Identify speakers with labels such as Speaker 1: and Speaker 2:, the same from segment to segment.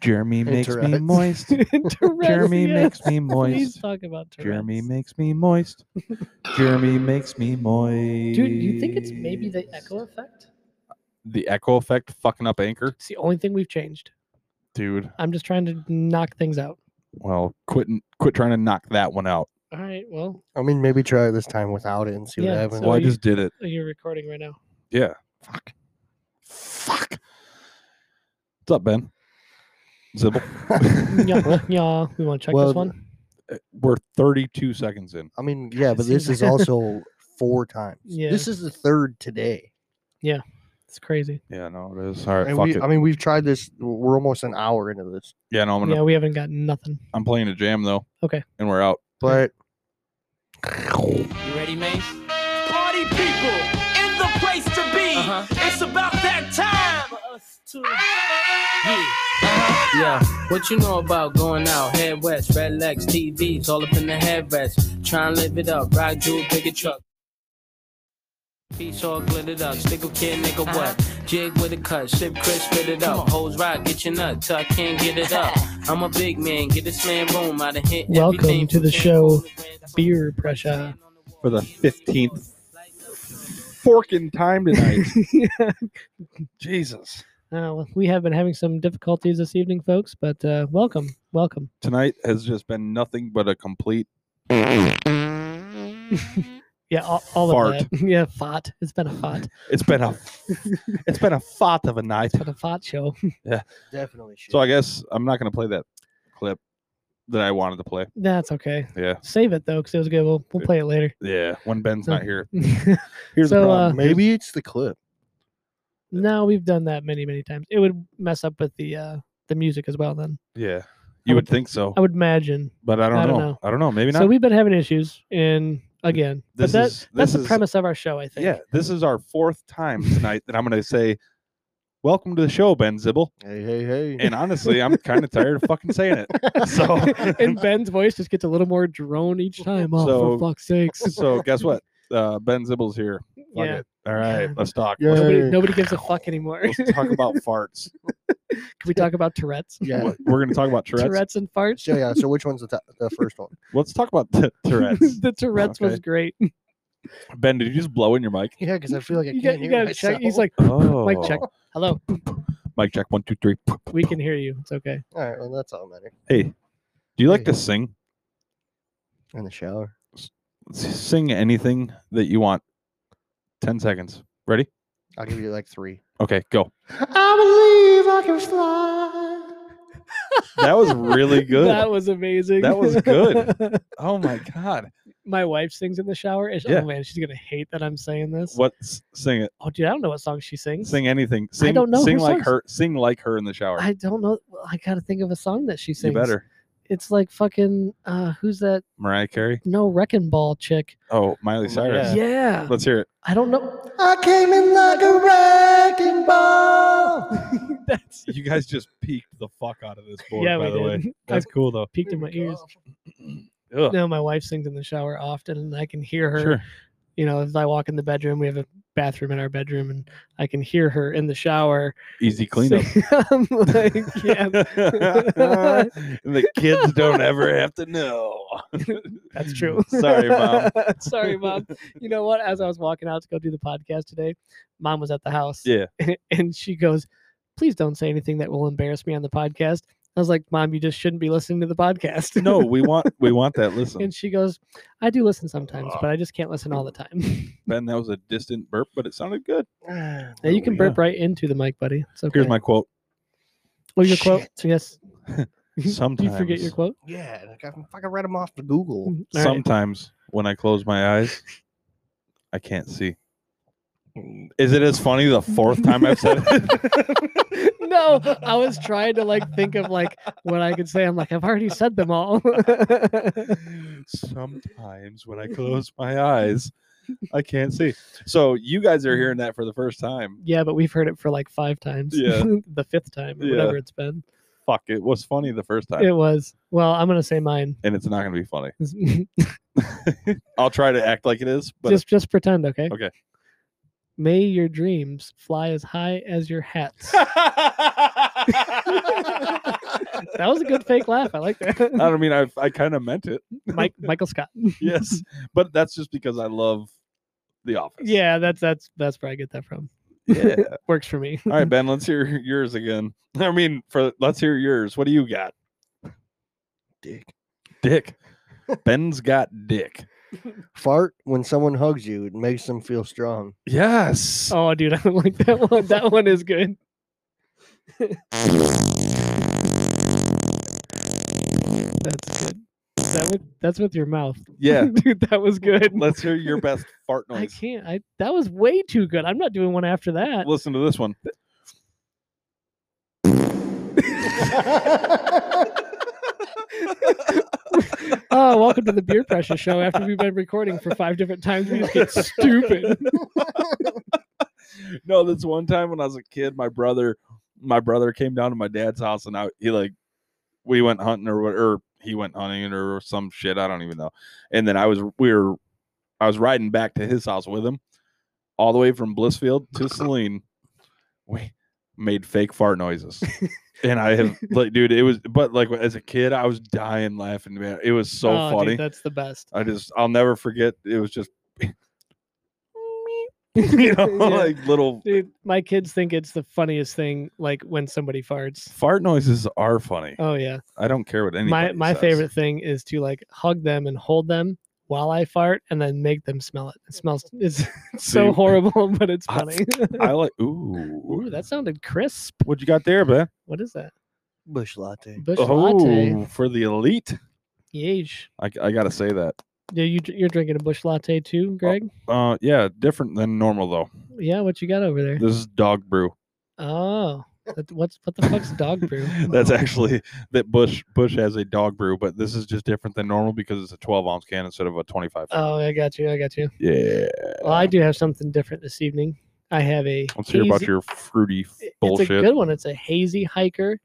Speaker 1: Jeremy makes me
Speaker 2: Tourette's.
Speaker 1: moist.
Speaker 3: Tourette's,
Speaker 1: Jeremy
Speaker 3: yes.
Speaker 1: makes me
Speaker 3: Please
Speaker 1: moist.
Speaker 3: talk about Tourette's.
Speaker 1: Jeremy makes me moist. Jeremy makes me moist.
Speaker 3: Dude, do you think it's maybe the echo effect?
Speaker 1: The echo effect fucking up anchor?
Speaker 3: It's the only thing we've changed.
Speaker 1: Dude,
Speaker 3: I'm just trying to knock things out.
Speaker 1: well, quit quit trying to knock that one out.
Speaker 3: All right. Well,
Speaker 2: I mean, maybe try it this time without it and see
Speaker 3: Yeah,
Speaker 2: what happens.
Speaker 3: So
Speaker 1: well, I
Speaker 3: you-
Speaker 1: just did it.
Speaker 3: you're recording right now.
Speaker 1: Yeah.
Speaker 2: Fuck.
Speaker 1: Fuck. What's up, Ben? Zibble.
Speaker 3: yeah, yeah. We want to check
Speaker 2: Well,
Speaker 3: this one.
Speaker 1: We're 32 seconds in.
Speaker 2: I mean, yeah, but this is
Speaker 3: seems-
Speaker 2: also four times.
Speaker 3: Yeah.
Speaker 2: This is the third today.
Speaker 3: It's crazy.
Speaker 1: Yeah, no, it is. All right,
Speaker 2: And
Speaker 1: fuck
Speaker 2: we,
Speaker 1: it.
Speaker 2: I mean, we've tried this. We're almost an hour into this,
Speaker 1: yeah, no, I'm gonna.
Speaker 3: yeah, we haven't gotten nothing.
Speaker 1: I'm playing a jam though.
Speaker 3: Okay.
Speaker 1: And we're out.
Speaker 2: but
Speaker 4: You ready, Mace?
Speaker 5: Party people in the place to be.
Speaker 4: Uh-huh.
Speaker 5: It's about that time.
Speaker 4: Yeah. Uh-huh. Yeah. What you know about going out? Head west, red legs, TVs, all up in the headrest. Try and live it up, ride jewel, pick a truck. Piece all glittered up, stick a kid, nigga, what?
Speaker 5: Uh-huh.
Speaker 4: Jig with a cut, sip crisp, spit it up. Hoes rock, get your nut, till I can't get it up. I'm a big man, get this man room, I done hit
Speaker 3: Welcome
Speaker 4: everything
Speaker 3: to the
Speaker 4: from
Speaker 3: show,
Speaker 4: Cancun.
Speaker 3: Beer pressure.
Speaker 1: For the 15th forking time tonight. Jesus.
Speaker 3: Uh, well, we have been having some difficulties this evening, folks, but uh, welcome, welcome.
Speaker 1: Tonight has just been nothing but a complete.
Speaker 3: Yeah, all, all
Speaker 1: Fart.
Speaker 3: of that. Yeah, fart. It's been a fart.
Speaker 1: It's been a. it's been a fart of a night.
Speaker 3: It's been a fart show.
Speaker 2: definitely. Should.
Speaker 1: So I guess I'm not gonna play that clip that I wanted to play.
Speaker 3: That's okay.
Speaker 1: Yeah.
Speaker 3: Save it though, because it was good. We'll, we'll play it later.
Speaker 1: Yeah. When Ben's
Speaker 3: So-
Speaker 1: not here. Here's the
Speaker 3: So, uh,
Speaker 1: problem.
Speaker 2: maybe it's the clip.
Speaker 3: no, we've done that many, many times. It would mess up with the uh, the music as well. Then
Speaker 1: yeah. You would
Speaker 3: would-
Speaker 1: think so,
Speaker 3: I would imagine.
Speaker 1: but I don't,
Speaker 3: I don't
Speaker 1: know.
Speaker 3: know.
Speaker 1: I don't know. Maybe not.
Speaker 3: So we've been having issues, and again,
Speaker 1: This
Speaker 3: but that,
Speaker 1: is-
Speaker 3: that's
Speaker 1: this
Speaker 3: the
Speaker 1: is-
Speaker 3: premise of our show. I think.
Speaker 1: Yeah, this is our fourth time tonight that I'm going to say, "Welcome to the show, Ben Zibble."
Speaker 2: Hey, hey, hey.
Speaker 1: And honestly, I'm kind of tired of fucking saying it. So,
Speaker 3: and Ben's voice just gets a little more drone each time. Oh,
Speaker 1: Oh. So-
Speaker 3: for fuck's sakes!
Speaker 1: so guess what? Uh, ben Zibble's here. Fuck
Speaker 3: yeah,
Speaker 1: it. All right, let's talk. Let's,
Speaker 3: nobody,
Speaker 2: Yay.
Speaker 3: nobody gives a fuck anymore. Can
Speaker 1: let's talk about farts.
Speaker 3: we talk about Tourette's?
Speaker 2: yeah.
Speaker 1: What- We're going to talk about Tourette's.
Speaker 3: Tourette's, and farts.
Speaker 2: So yeah. So which one's the, t- the first one?
Speaker 1: Let's talk about t- Tourette's.
Speaker 3: the Tourette's was
Speaker 1: Okay.
Speaker 3: great.
Speaker 1: ben, did you just blow in your mic?
Speaker 2: Yeah, because I feel like I
Speaker 3: You,
Speaker 2: can't
Speaker 3: got,
Speaker 2: hear
Speaker 3: you gotta
Speaker 2: myself.
Speaker 3: check. He's like,
Speaker 1: Oh,
Speaker 3: mic check. Hello,
Speaker 1: Mic check. One, two, three.
Speaker 3: we can hear you. It's okay.
Speaker 2: all right. Well, that's all that matters.
Speaker 1: Hey, do you like
Speaker 2: Hey.
Speaker 1: to sing?
Speaker 2: In the shower.
Speaker 1: S- Sing anything that you want. Ten seconds. Ready?
Speaker 2: I'll give you like three.
Speaker 1: Okay, go.
Speaker 2: I believe I can fly.
Speaker 1: That was really good.
Speaker 3: That was amazing.
Speaker 1: That was good. oh my god.
Speaker 3: My wife sings in the shower. and she-
Speaker 1: Yeah.
Speaker 3: Oh man, she's gonna hate that I'm saying this.
Speaker 1: What? s- Sing it.
Speaker 3: Oh dude, I don't know what song she sings.
Speaker 1: sing anything. Sing,
Speaker 3: don't know
Speaker 1: Sing
Speaker 3: her
Speaker 1: like
Speaker 3: songs.
Speaker 1: her. Sing like her in the shower.
Speaker 3: I don't know. well, I gotta think of a song that she
Speaker 1: you
Speaker 3: sings.
Speaker 1: better.
Speaker 3: It's like fucking uh who's that
Speaker 1: Mariah Carey.
Speaker 3: no wrecking ball chick.
Speaker 1: Oh, Miley
Speaker 2: Yeah.
Speaker 1: Cyrus.
Speaker 3: Yeah.
Speaker 1: Let's hear it.
Speaker 3: I don't know.
Speaker 2: I came in like a wrecking ball.
Speaker 3: That's
Speaker 1: You guys just peeked the fuck out of this board.
Speaker 3: yeah,
Speaker 1: by
Speaker 3: we
Speaker 1: the way,
Speaker 3: did.
Speaker 1: that's cool though.
Speaker 3: peeked in my ears.
Speaker 1: Ugh.
Speaker 3: No, my wife sings in the shower often and I can hear her.
Speaker 1: Sure.
Speaker 3: You know, as I walk in the bedroom, we have a bathroom in our bedroom and I can hear her in the shower.
Speaker 1: Easy cleanup.
Speaker 3: sing- I'm like, yeah.
Speaker 1: and the kids don't ever have to know.
Speaker 3: That's true.
Speaker 1: Sorry, mom.
Speaker 3: Sorry, mom. You know what? As I was walking out to go do the podcast today, mom was at the house.
Speaker 1: Yeah.
Speaker 3: And she goes, Please don't say anything that will embarrass me on the podcast. I was like, Mom, you just shouldn't be listening to the podcast.
Speaker 1: No, we want we want that. Listen,
Speaker 3: and she goes, I do listen sometimes, but I just can't listen all the time.
Speaker 1: Ben, that was a distant burp, but it sounded good.
Speaker 3: now you can
Speaker 1: Oh, yeah.
Speaker 3: burp right into the mic, buddy. So
Speaker 1: Here's my quote.
Speaker 3: Oh, your quote?
Speaker 2: Shit.
Speaker 3: Yes. Do you
Speaker 1: Sometimes,
Speaker 3: forget your quote?
Speaker 2: Yeah, like I fucking read them off the Google.
Speaker 3: Mm, all right.
Speaker 1: sometimes when I close my eyes, I can't see. Is it as funny the fourth time I've said it?
Speaker 3: no, I was trying to like think of like what I could say. I'm like, I've already said them all.
Speaker 1: Sometimes when I close my eyes, I can't see. So you guys are hearing that for the first time.
Speaker 3: yeah, but we've heard it for like five times.
Speaker 1: Yeah.
Speaker 3: the fifth time, or
Speaker 1: Yeah.
Speaker 3: whatever it's been.
Speaker 1: Fuck, it was funny the first time,
Speaker 3: It was. Well, I'm gonna say mine.
Speaker 1: and it's not going to be funny. I'll try to act like it is, but
Speaker 3: just just pretend, okay?
Speaker 1: Okay.
Speaker 3: May your dreams fly as high as your hats. That was a good fake laugh. I like that.
Speaker 1: I don't mean I I kind of meant it.
Speaker 3: Mike Michael Scott.
Speaker 1: Yes, but that's just because I love The Office.
Speaker 3: Yeah, that's that's that's where I get that from.
Speaker 1: Yeah.
Speaker 3: Works for me.
Speaker 1: All right, Ben. Let's hear yours again. I mean, for let's hear yours. What do you got?
Speaker 2: Dick.
Speaker 1: Dick. Ben's got
Speaker 3: Oh.
Speaker 1: dick.
Speaker 2: Fart when someone hugs you. It makes them feel strong.
Speaker 1: Yes.
Speaker 3: Oh, dude, I don't like that one. That one is good. that's good. That with, that's with your mouth.
Speaker 1: Yeah.
Speaker 3: dude, that was good.
Speaker 1: Let's hear your best fart
Speaker 3: I
Speaker 1: noise.
Speaker 3: can't. I that was way too good. I'm not doing one after that.
Speaker 1: Listen to this one.
Speaker 3: Oh, welcome to the Beer Pressure Show. After we've been recording for five different times, we just get stupid.
Speaker 1: No, this one time when I was a kid, my brother, my brother came down to my dad's house, and I he like, we went hunting or what, or he went hunting or some shit. I don't even know. And then I was we were, I was riding back to his house with him, all the way from Blissfield to Celine. We made fake fart noises, and I have like, dude, it was. But like as a kid, I was dying laughing, man. It was so
Speaker 3: Oh, dude,
Speaker 1: funny.
Speaker 3: that's the best.
Speaker 1: I just I'll never forget. It was just you know
Speaker 3: Yeah.
Speaker 1: like little
Speaker 3: Dude, my kids think it's the funniest thing, like when somebody farts.
Speaker 1: fart noises are funny.
Speaker 3: Oh yeah.
Speaker 1: I don't care what anybody.
Speaker 3: my my
Speaker 1: says.
Speaker 3: favorite thing is to like hug them and hold them while I fart and then make them smell it. It smells it's so
Speaker 1: See?
Speaker 3: horrible, but it's
Speaker 1: I-
Speaker 3: funny.
Speaker 1: I like. Ooh,
Speaker 3: Ooh, that sounded crisp.
Speaker 1: what you got there, man?
Speaker 3: What is that?
Speaker 2: Bush latte.
Speaker 3: Bush latte.
Speaker 1: Oh, for the elite.
Speaker 3: Yeesh.
Speaker 1: I, I gotta say that.
Speaker 3: Yeah, you dr- you're drinking a bush latte too, Greg?
Speaker 1: Uh, yeah, different than normal though.
Speaker 3: Yeah, what you got over there?
Speaker 1: This is dog brew.
Speaker 3: Oh. that- What's what the fuck's dog brew? Oh.
Speaker 1: That's actually that Bush Bush has a dog brew, but this is just different than normal because it's a 12 ounce can instead of a 25.
Speaker 3: Oh, I got you. I got you.
Speaker 1: yeah.
Speaker 3: Well, I do have something different this evening. I have a
Speaker 1: Let's hear about
Speaker 3: hazy-
Speaker 1: your fruity f-
Speaker 3: it-
Speaker 1: bullshit.
Speaker 3: It's a good one. It's a hazy hiker.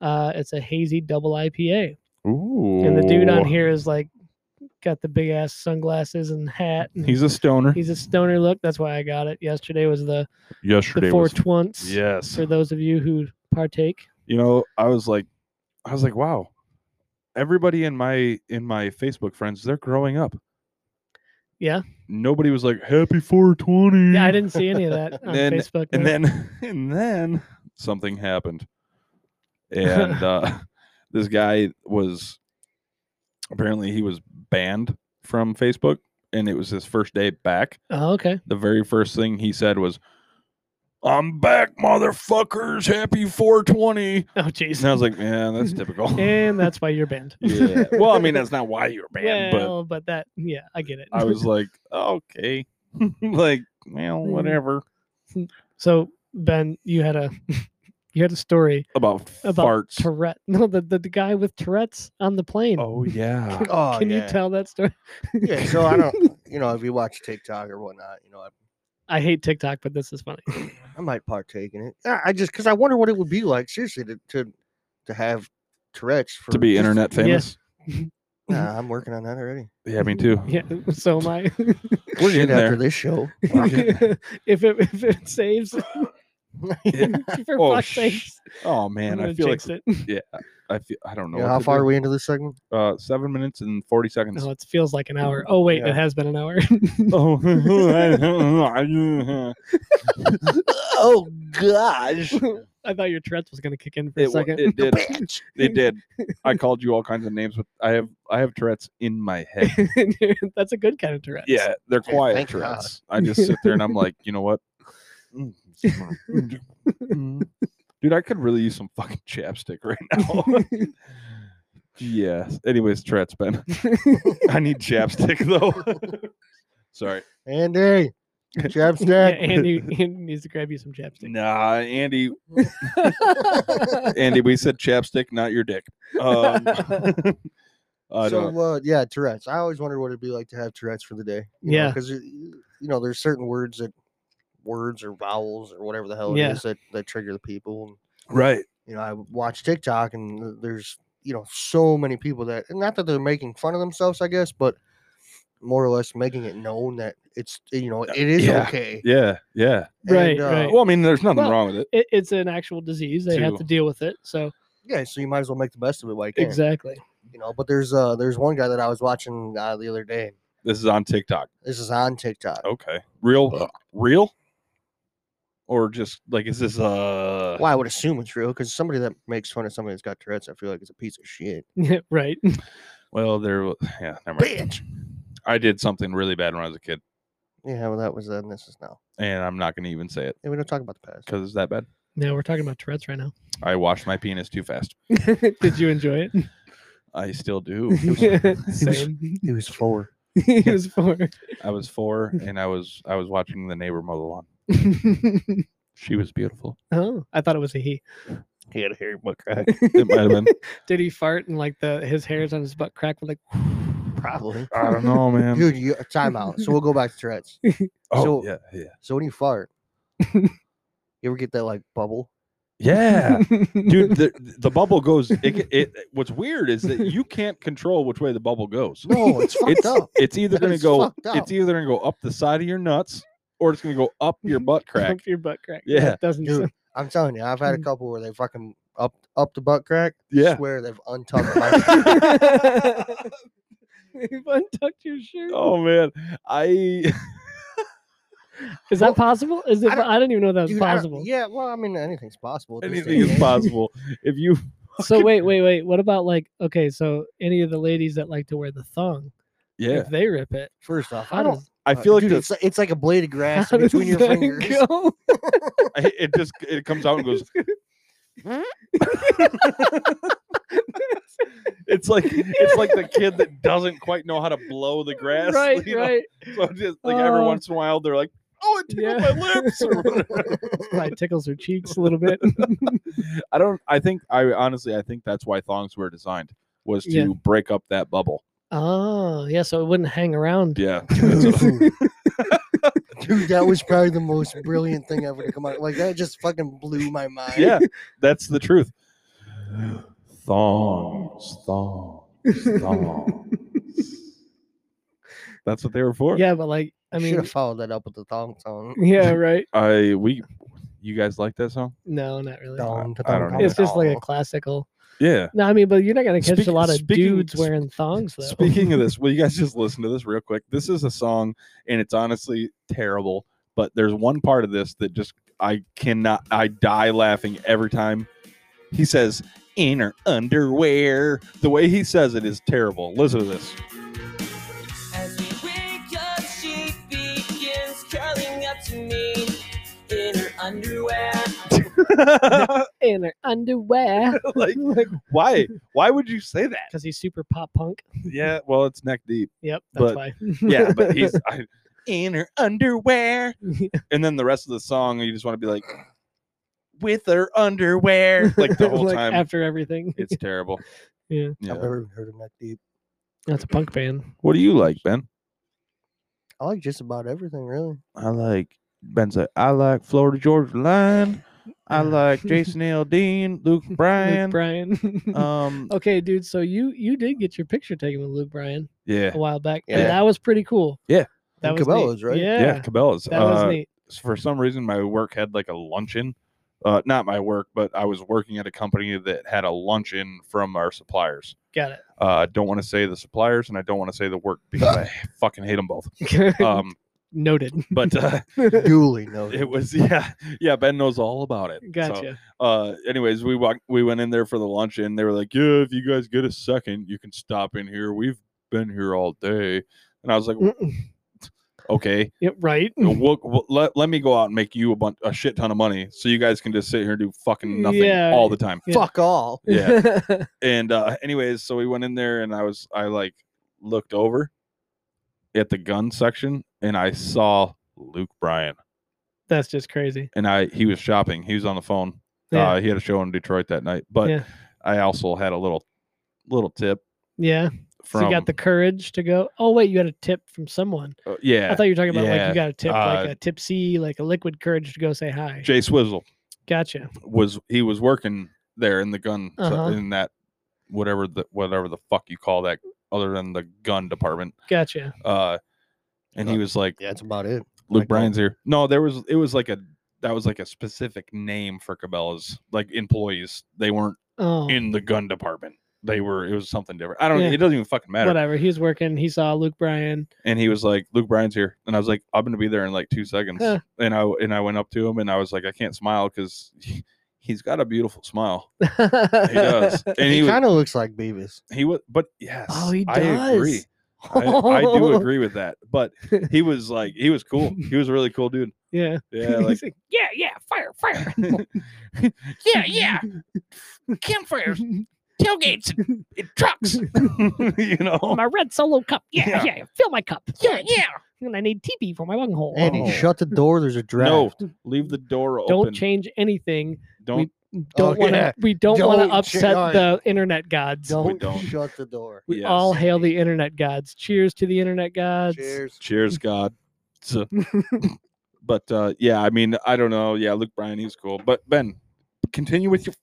Speaker 3: Uh, it's a hazy double IPA.
Speaker 1: Ooh.
Speaker 3: And the dude on here is like got the big ass sunglasses and hat. And
Speaker 1: He's a stoner.
Speaker 3: he's a stoner look. That's why I got it. Yesterday was the,
Speaker 1: Yesterday
Speaker 3: the four
Speaker 1: was.
Speaker 3: twunts.
Speaker 1: Yes.
Speaker 3: For those of you who partake.
Speaker 1: you know i was like i was like wow everybody in my in my facebook friends they're growing up
Speaker 3: Yeah.
Speaker 1: nobody was like happy 420
Speaker 3: Yeah, I didn't see any of that on
Speaker 1: Then-
Speaker 3: Facebook.
Speaker 1: and
Speaker 3: no.
Speaker 1: then and then something happened and uh this guy was apparently he was banned from facebook and it was his first day back
Speaker 3: oh, okay.
Speaker 1: the very first thing he said was i'm back motherfuckers happy 420
Speaker 3: Oh, jeez.
Speaker 1: and I was like, yeah, that's typical.
Speaker 3: And that's why you're banned.
Speaker 1: yeah. Well, I mean, that's not why you were banned,
Speaker 3: well, but... that, yeah, I get it.
Speaker 1: but I was like, okay, like, well,
Speaker 3: Yeah.
Speaker 1: whatever.
Speaker 3: so, Ben, you had a. You had a story
Speaker 1: About,
Speaker 3: about
Speaker 1: farts.
Speaker 3: Tourette. No, the, the, the guy with Tourette's on the plane.
Speaker 1: oh yeah.
Speaker 2: Oh,
Speaker 3: Can
Speaker 2: yeah.
Speaker 3: you tell that story?
Speaker 2: Yeah, so I don't, you know, if you watch TikTok or whatnot, you know, I,
Speaker 3: I hate TikTok, but this is funny.
Speaker 2: I might partake in it. I I just because I wonder what it would be like, seriously, to to, to have Tourette's for
Speaker 1: to be
Speaker 2: just-
Speaker 1: internet famous.
Speaker 2: Nah, I'm working on that already.
Speaker 1: Yeah. me too.
Speaker 3: Yeah, so am I.
Speaker 1: We're
Speaker 2: Shit,
Speaker 1: getting
Speaker 2: after
Speaker 1: there.
Speaker 2: this show.
Speaker 3: if it if it saves
Speaker 1: Yeah.
Speaker 3: for
Speaker 1: Oh,
Speaker 3: fuck's sake,
Speaker 1: sh- Oh man, I feel like
Speaker 3: it.
Speaker 1: I feel I don't know.
Speaker 2: Yeah,
Speaker 1: what
Speaker 2: how
Speaker 1: to
Speaker 2: far
Speaker 1: do.
Speaker 2: are we into this segment?
Speaker 1: Uh, seven minutes and forty seconds.
Speaker 3: No, it feels like an hour. Oh wait,
Speaker 2: Yeah.
Speaker 3: it has been an hour.
Speaker 1: Oh,
Speaker 2: Oh gosh.
Speaker 3: I thought your Tourette's was gonna kick in for
Speaker 1: it,
Speaker 3: a
Speaker 1: wa-
Speaker 3: second.
Speaker 1: it did. It did. I called you all kinds of names, but I have I have Tourette's in my head.
Speaker 3: That's a good kind of Tourette's.
Speaker 1: Yeah, they're
Speaker 2: Yeah,
Speaker 1: quiet
Speaker 2: thank God.
Speaker 1: Tourette's. I just sit there and I'm like, you know what? Mm, mm, mm. Dude, I could really use some fucking chapstick right now. yes. Anyways, Tourette's Ben. I need chapstick though. Sorry.
Speaker 2: Andy,
Speaker 3: Yeah,
Speaker 2: chapstick.
Speaker 3: Andy, Andy needs to grab you some chapstick.
Speaker 1: Nah, Andy. Andy, we said chapstick, not your dick. Um, I
Speaker 2: so
Speaker 1: don't.
Speaker 2: uh, yeah, Tourette's. I always wondered what it'd be like to have Tourette's for the day.
Speaker 3: Yeah.
Speaker 2: because you know there's certain words that words or vowels or whatever the hell it is
Speaker 3: Yeah.
Speaker 2: that that trigger the people. And,
Speaker 1: Right.
Speaker 2: you know, I watch TikTok and th- there's you know so many people that and not that they're making fun of themselves, I guess, but more or less making it known that it's you know it is
Speaker 1: Yeah.
Speaker 2: okay.
Speaker 1: Yeah, yeah.
Speaker 3: Right, right.
Speaker 1: Well, I mean, there's nothing
Speaker 3: Well,
Speaker 1: wrong with it.
Speaker 3: It, it's an actual disease. They have
Speaker 1: Two.
Speaker 3: to deal with it. So
Speaker 2: Yeah, so you might as well make the best of it while you can.
Speaker 3: exactly.
Speaker 2: You know, but there's uh there's one guy that I was watching uh, the other day.
Speaker 1: This is on TikTok.
Speaker 2: This is on TikTok.
Speaker 1: Okay, real, real, or just like is this uh?
Speaker 2: Well, I would assume it's real because somebody that makes fun of somebody that's got Tourette's, I feel like it's a piece of shit.
Speaker 3: right.
Speaker 1: Well, there. wa- Yeah, never mind.
Speaker 2: Bitch.
Speaker 1: I did something really bad when I was a kid,
Speaker 2: Yeah, well, that was then. This is now.
Speaker 1: and I'm not going to even say it
Speaker 2: Yeah, we don't talk about the past.
Speaker 1: because it's that bad.
Speaker 3: Now we're talking about Tourette's right now.
Speaker 1: I washed my penis too fast.
Speaker 3: Did you enjoy
Speaker 1: I still do.
Speaker 3: it?
Speaker 2: Same. He was four.
Speaker 3: it was for.
Speaker 1: I was four, and I was I was watching the neighbor mow the lawn. She was beautiful.
Speaker 3: oh, I thought it was a he.
Speaker 2: He had a hairy butt crack.
Speaker 1: It might have been.
Speaker 3: Did he fart and like the his hairs on his butt crack were like?
Speaker 2: Probably.
Speaker 1: I don't know, man.
Speaker 2: Dude, you, time out. So we'll go back to Tourette's.
Speaker 1: oh
Speaker 2: so-
Speaker 1: yeah, yeah,
Speaker 2: So when you fart, you ever get that like bubble?
Speaker 1: yeah. dude the, the bubble goes it, ge- it what's weird is that you can't control which way the bubble goes
Speaker 2: No, it's fucked
Speaker 1: it's,
Speaker 2: up.
Speaker 1: it's either going to
Speaker 2: It's
Speaker 1: go
Speaker 2: fucked up.
Speaker 1: it's e either going to go up the side of your nuts or it's going to go up your butt crack
Speaker 3: Your butt crack.
Speaker 1: Yeah.
Speaker 3: That doesn't.
Speaker 2: Dude,
Speaker 3: sound-
Speaker 2: I'm telling you, I've had a
Speaker 3: Mm.
Speaker 2: couple where they fucking up up the butt crack.
Speaker 1: Yeah.
Speaker 2: swear they've untucked my.
Speaker 3: You've untucked your shirt.
Speaker 1: oh man i
Speaker 3: Is that possible? Is it?
Speaker 2: I
Speaker 3: I,
Speaker 2: don't-
Speaker 3: didn't even know that was
Speaker 2: Dude, I don't-
Speaker 3: possible.
Speaker 2: Yeah, well, I mean, anything's possible. at this day
Speaker 1: anything
Speaker 2: and
Speaker 1: is
Speaker 2: age.
Speaker 1: possible if you
Speaker 3: So wait, wait, wait. What about like? Okay, so any of the ladies that like to wear the thong,
Speaker 1: yeah
Speaker 3: if they rip it,
Speaker 2: First off,
Speaker 3: how
Speaker 2: I don't.
Speaker 3: does-
Speaker 1: i
Speaker 2: uh,
Speaker 1: feel like
Speaker 2: dude,
Speaker 1: this,
Speaker 2: it's, it's like a blade of grass
Speaker 3: how does
Speaker 2: between your
Speaker 3: that
Speaker 2: fingers.
Speaker 3: go?
Speaker 1: I- it just it comes out and goes it's like it's like the kid that doesn't quite know how to blow the grass
Speaker 3: right,
Speaker 1: you know?
Speaker 3: right.
Speaker 1: so just like every
Speaker 3: Oh.
Speaker 1: once in a while they're like oh it tickled
Speaker 3: Yeah.
Speaker 1: my lips or whatever
Speaker 3: Probably tickles her cheeks a little bit.
Speaker 1: I don't. I think I honestly, I think that's why thongs were designed was to
Speaker 3: Yeah.
Speaker 1: break up that bubble.
Speaker 3: oh, yeah. So it wouldn't hang around.
Speaker 1: Yeah,
Speaker 2: Dude, that was probably the most brilliant thing ever to come out. Like that just fucking blew my mind.
Speaker 1: yeah, that's the truth. Thongs, thongs, thongs. that's what they were for.
Speaker 3: Yeah, but like, I
Speaker 2: should
Speaker 3: mean,
Speaker 2: have followed that up with the thong song.
Speaker 3: yeah, right.
Speaker 1: I we, you guys like that song?
Speaker 3: No, not really.
Speaker 2: Thong,
Speaker 1: I- I don't
Speaker 2: thong,
Speaker 1: know.
Speaker 3: It's
Speaker 2: thong,
Speaker 3: just like a
Speaker 2: thong.
Speaker 3: classical.
Speaker 1: Yeah.
Speaker 3: No, I mean, but you're not gonna catch
Speaker 1: Speak-
Speaker 3: a lot of
Speaker 1: speaking-
Speaker 3: dudes
Speaker 1: sp-
Speaker 3: wearing thongs though.
Speaker 1: Speaking of this, will you guys just listen to this real quick? This is a song, and it's honestly terrible. But there's one part of this that just I cannot. I die laughing every time he says "inner underwear." The way he says it is terrible. Listen to this.
Speaker 5: As we wake up, she begins curling up to me in her underwear.
Speaker 3: in her underwear
Speaker 1: like, why? Why would you say that?
Speaker 3: because he's super pop punk.
Speaker 1: Yeah. Well, it's neck deep.
Speaker 3: Yep, that's
Speaker 1: But-
Speaker 3: why.
Speaker 1: Yeah, but he's I, in her underwear, and then the rest of the song, you just want to be like, with her underwear, like the whole
Speaker 3: Like,
Speaker 1: time.
Speaker 3: after everything.
Speaker 1: It's terrible.
Speaker 3: Yeah.
Speaker 2: I've never even heard of neck deep.
Speaker 3: That's a punk band.
Speaker 1: What do you like, Ben?
Speaker 2: I like just about everything, really.
Speaker 1: I like Ben's like I like Florida Georgia Line. I like Jason L. Dean, Luke
Speaker 3: Luke
Speaker 1: Bryan.
Speaker 3: Bryan.
Speaker 1: Um,
Speaker 3: okay, dude. So you you did get your picture taken with Luke Bryan
Speaker 1: yeah,
Speaker 3: a while back,
Speaker 2: Yeah.
Speaker 3: and that was pretty cool.
Speaker 1: Yeah.
Speaker 3: That
Speaker 2: And
Speaker 3: was neat.
Speaker 2: Cabela's, right?
Speaker 3: Yeah.
Speaker 1: yeah, Cabela's.
Speaker 3: That was
Speaker 1: Uh,
Speaker 3: neat.
Speaker 1: s- For some reason, my work had like a luncheon. Uh, not my work, but I was working at a company that had a luncheon from our suppliers.
Speaker 3: Got it.
Speaker 1: Uh, I don't want to say the suppliers, and I don't want to say the work because I fucking hate them both. Um,
Speaker 3: Noted.
Speaker 1: but uh,
Speaker 2: Duly no.
Speaker 1: it was yeah, yeah. Ben knows all about it. So,
Speaker 3: Gotcha.
Speaker 1: uh anyways we walked we went in there for the lunch and they were like yeah if you guys get a second you can stop in here we've been here all day and i was like
Speaker 3: Mm-mm.
Speaker 1: okay
Speaker 3: Yep, right.
Speaker 1: we'll, we'll- let, let me go out and make you a bunch a shit ton of money so you guys can just sit here and do fucking nothing
Speaker 3: Yeah.
Speaker 1: all the time
Speaker 3: Yeah.
Speaker 2: Fuck all.
Speaker 1: yeah and uh anyways so we went in there and i was i like looked over at the gun section and i saw luke bryan
Speaker 3: That's just crazy.
Speaker 1: and i he was shopping he was on the phone
Speaker 3: Yeah.
Speaker 1: uh, he had a show in detroit that night but
Speaker 3: yeah.
Speaker 1: I also had a little little tip
Speaker 3: Yeah.
Speaker 1: from
Speaker 3: so you got the courage to go. Oh wait, you got a tip from someone.
Speaker 1: uh, yeah
Speaker 3: I thought you were talking about like
Speaker 1: yeah,
Speaker 3: you got a tip, like
Speaker 1: uh,
Speaker 3: a tipsy, like a liquid courage to go say hi.
Speaker 1: Jay Swizzle
Speaker 3: Gotcha.
Speaker 1: was he was working there in the gun so-
Speaker 3: Uh-huh.
Speaker 1: in that whatever the whatever the fuck you call that other than the gun department.
Speaker 3: Gotcha.
Speaker 1: Uh, and he
Speaker 2: Uh,
Speaker 1: was like,
Speaker 2: Yeah, that's about it.
Speaker 1: Luke
Speaker 2: Like,
Speaker 1: Bryan's here. No, there was it was like a that was like a specific name for Cabela's like employees. They weren't
Speaker 3: Oh,
Speaker 1: in the gun department. They were it was something different. I don't
Speaker 3: Yeah.
Speaker 1: it doesn't even fucking matter.
Speaker 3: whatever. He was working. He saw Luke Bryan.
Speaker 1: And he was like, Luke Bryan's here. And I was like, I'm gonna be there in like two seconds.
Speaker 3: Huh.
Speaker 1: And I and I went up to him and I was like, I can't smile because he's got a beautiful smile.
Speaker 3: he
Speaker 1: He does. And
Speaker 2: He,
Speaker 1: he was
Speaker 2: kind of looks like Beavis.
Speaker 1: he was but yes.
Speaker 3: Oh, he
Speaker 1: I agree.
Speaker 3: does.
Speaker 1: I, I do agree with that. But he was like he was cool. He was a really cool dude.
Speaker 3: Yeah.
Speaker 1: Yeah, like
Speaker 3: He's like, yeah, yeah, fire, fire.
Speaker 5: Yeah, yeah. Campfires, tailgates, and, and trucks.
Speaker 1: you know.
Speaker 3: my red solo cup. Yeah,
Speaker 1: oh. Yeah.
Speaker 3: yeah, Fill my cup.
Speaker 5: Yeah, yeah.
Speaker 3: And I need TP for my bunghole.
Speaker 2: Andy,
Speaker 1: Oh.
Speaker 2: shut the door. There's a draft.
Speaker 1: No, leave the door
Speaker 3: don't
Speaker 1: open.
Speaker 3: change anything.
Speaker 1: Don't
Speaker 3: Don't
Speaker 2: Oh,
Speaker 3: want to.
Speaker 2: yeah.
Speaker 3: We don't, want
Speaker 2: Don't
Speaker 3: to
Speaker 2: cha-
Speaker 3: upset
Speaker 2: all right.
Speaker 3: the internet gods.
Speaker 2: Don't,
Speaker 1: don't.
Speaker 2: shut the door.
Speaker 3: We
Speaker 1: Yes.
Speaker 3: all hail the internet gods. Cheers to the internet gods.
Speaker 2: Cheers.
Speaker 1: Cheers, God. So- but uh, yeah, I mean, I don't know. Yeah, Luke Bryan, he's cool. But Ben, continue with your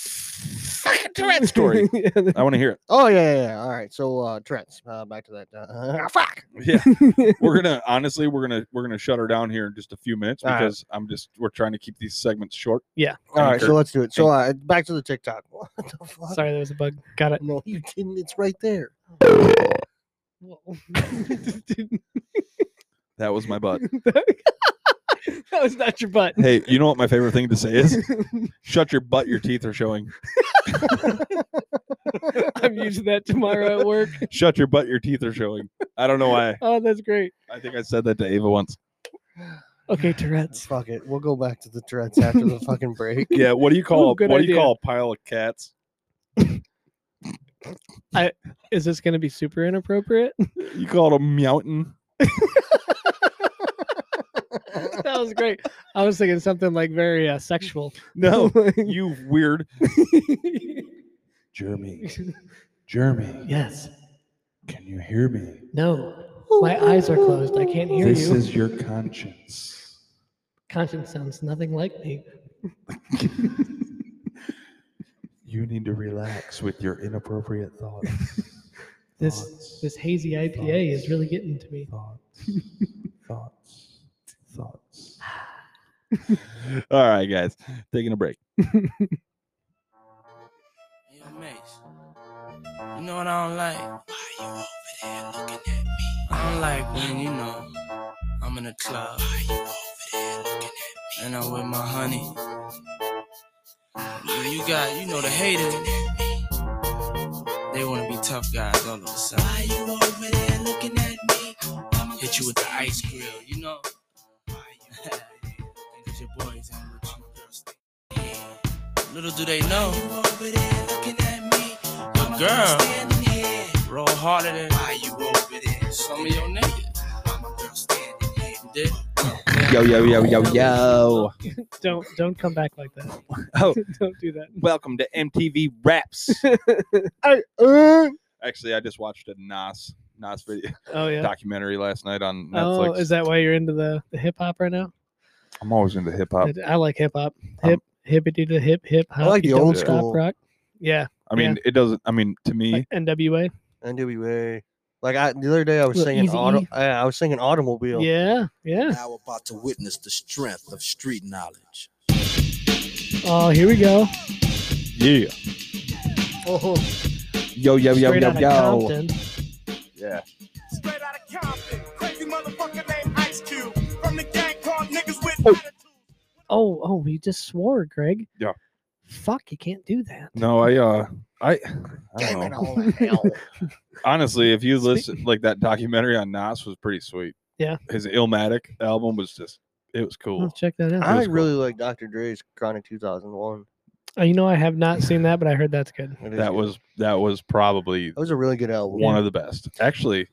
Speaker 1: fucking Tourette story. I want to hear it.
Speaker 2: Oh yeah, yeah, yeah. All right. So uh Trent's uh, back to that. Uh, fuck.
Speaker 1: Yeah, we're gonna honestly, we're gonna we're gonna shut her down here in just a few minutes
Speaker 2: All right.
Speaker 1: because I'm just we're trying to keep these segments short.
Speaker 2: All right. So
Speaker 1: Anchor.
Speaker 2: let's do it. So uh, back to the TikTok. What the fuck?
Speaker 3: Sorry, there was a bug. Got it.
Speaker 2: No, you didn't. It's right there.
Speaker 1: That was my butt.
Speaker 3: that was not your butt.
Speaker 1: Hey, you know what my favorite thing to say is? Shut your butt. Your teeth are showing.
Speaker 3: I'm using that tomorrow at work.
Speaker 1: Shut your butt. Your teeth are showing. I don't know why.
Speaker 3: Oh, that's great.
Speaker 1: I think I said that to Ava once.
Speaker 3: Okay, Tourette's.
Speaker 2: Fuck it. We'll go back to the Tourette's after the fucking break.
Speaker 1: Yeah, what do you call
Speaker 3: Ooh,
Speaker 1: a-
Speaker 3: good
Speaker 1: what do you
Speaker 3: idea.
Speaker 1: call a pile of cats?
Speaker 3: Is this going to be super inappropriate?
Speaker 1: You call it a mountain.
Speaker 3: that was great. I was thinking something like very uh, sexual.
Speaker 1: No, you weird. Jeremy, Jeremy,
Speaker 3: yes.
Speaker 1: can you hear me?
Speaker 3: No. My eyes are closed. I can't hear
Speaker 1: This
Speaker 3: you.
Speaker 1: is your conscience.
Speaker 3: Conscience sounds nothing like me.
Speaker 1: You need to relax with your inappropriate thoughts.
Speaker 3: This this hazy IPA is really getting to me.
Speaker 1: Thoughts. Thoughts. Thoughts. All right, guys, taking a break.
Speaker 4: Yo, Mace. You know what I don't like? Why you over there looking at me? I don't like when, you know, I'm in a club. Why you over there looking at me? And I'm with my honey. And you got, you know, the haters. They want to be tough guys all of a sudden. Why you over there looking at me? Hit you with the ice grill, you know? Why you over there looking at your boys and what you girls think. Little do they know. But girl, roll harder than why you over there. Some of your niggas. Did?
Speaker 1: Yo, yo, yo, yo, yo.
Speaker 3: Don't don't come back like that.
Speaker 1: Oh,
Speaker 3: don't do that.
Speaker 1: welcome to MTV Raps.
Speaker 2: I, uh,
Speaker 1: Actually, I just watched a Nas Nas video
Speaker 3: Oh yeah.
Speaker 1: documentary last night on Netflix.
Speaker 3: Oh, is that why you're into the, the hip hop right now?
Speaker 1: I'm always into hip hop.
Speaker 3: I, I like hip hop. Hip hippity to hip hip hop.
Speaker 2: Um, like the
Speaker 3: you don't
Speaker 2: old
Speaker 3: stop
Speaker 2: school.
Speaker 3: rock. Yeah,
Speaker 1: I mean, it doesn't. I mean, to me,
Speaker 3: like NWA.
Speaker 2: NWA. Like I, the other day, I was
Speaker 3: Little
Speaker 2: singing.
Speaker 3: Eazy-E.
Speaker 2: Auto, yeah, I was singing automobile.
Speaker 3: Yeah, yeah.
Speaker 6: now about to witness the strength of street knowledge.
Speaker 3: Oh, here we go.
Speaker 1: yeah.
Speaker 3: Oh,
Speaker 1: Yo, yo,
Speaker 3: straight outta Compton.
Speaker 1: Yeah.
Speaker 7: Straight out of Compton, crazy motherfucker named Ice Cube. From the gang called niggas with
Speaker 3: Oh, oh, he just swore, Greg.
Speaker 1: Yeah.
Speaker 3: Fuck, you can't do that.
Speaker 1: No, I, uh, I, I
Speaker 2: Damn
Speaker 1: don't
Speaker 2: it
Speaker 1: know.
Speaker 2: all to hell.
Speaker 1: Honestly, if you
Speaker 3: Speak-
Speaker 1: listen, like that documentary on Nas was pretty sweet.
Speaker 3: Yeah. Oh,
Speaker 1: His Illmatic album was just, it was cool.
Speaker 3: Let's check that out.
Speaker 2: I
Speaker 1: was cool.
Speaker 2: really like Dr. Dre's Chronic 2001.
Speaker 3: Oh, you know, I have not seen that, but I heard that's good.
Speaker 2: It is
Speaker 1: That
Speaker 2: good.
Speaker 1: was that was probably
Speaker 2: that was a really good album.
Speaker 1: one of the best. Actually,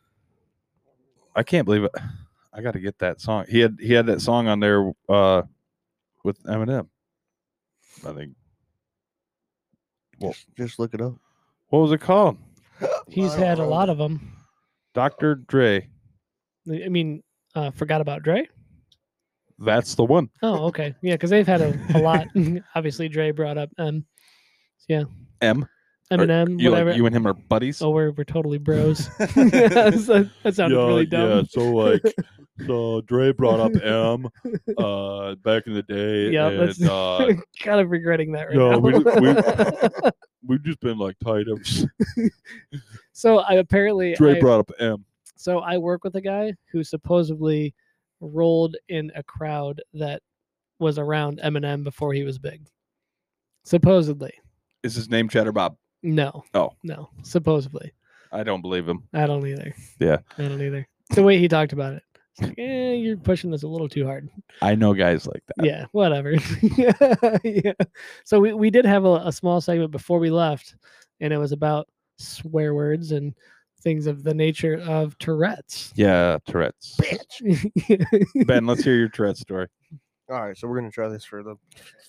Speaker 1: I can't believe it. I got to get that song. He had he had that song on there uh with Eminem. I think.
Speaker 2: Just, just look it up.
Speaker 1: What was it called?
Speaker 3: He's had a lot of them.
Speaker 1: Dr. Dre.
Speaker 3: I mean, uh, forgot about Dre.
Speaker 1: That's the one.
Speaker 3: Oh, okay, yeah, because they've had a, a lot. Obviously, Dre brought up um,
Speaker 1: M.
Speaker 3: Eminem,
Speaker 1: you
Speaker 3: whatever.
Speaker 1: like you and him are buddies.
Speaker 3: oh, we're we're totally bros. that sounded really dumb.
Speaker 1: so like, so Dre brought up M uh, back in the day.
Speaker 3: Yeah, that's
Speaker 1: and, uh,
Speaker 3: kind of regretting that right
Speaker 1: no,
Speaker 3: now.
Speaker 1: we ju- we've just been like tight ever since.
Speaker 3: so I apparently
Speaker 1: Dre
Speaker 3: I-
Speaker 1: brought up M.
Speaker 3: so I work with a guy who supposedly rolled in a crowd that was around Eminem before he was big. Supposedly,
Speaker 1: Is his name Chatterbob?
Speaker 3: no.
Speaker 1: Oh.
Speaker 3: no. Supposedly,
Speaker 1: I don't believe him.
Speaker 3: I don't either.
Speaker 1: Yeah.
Speaker 3: I don't either. The way he talked about it, It's like, eh, you're pushing this a little too hard.
Speaker 1: I know guys like that.
Speaker 3: yeah whatever yeah so we, we did have a, a small segment before we left and it was about swear words and things of the nature of tourette's
Speaker 1: Yeah, Tourette's. ben, let's hear your Tourette story.
Speaker 2: All right, so we're gonna try this for the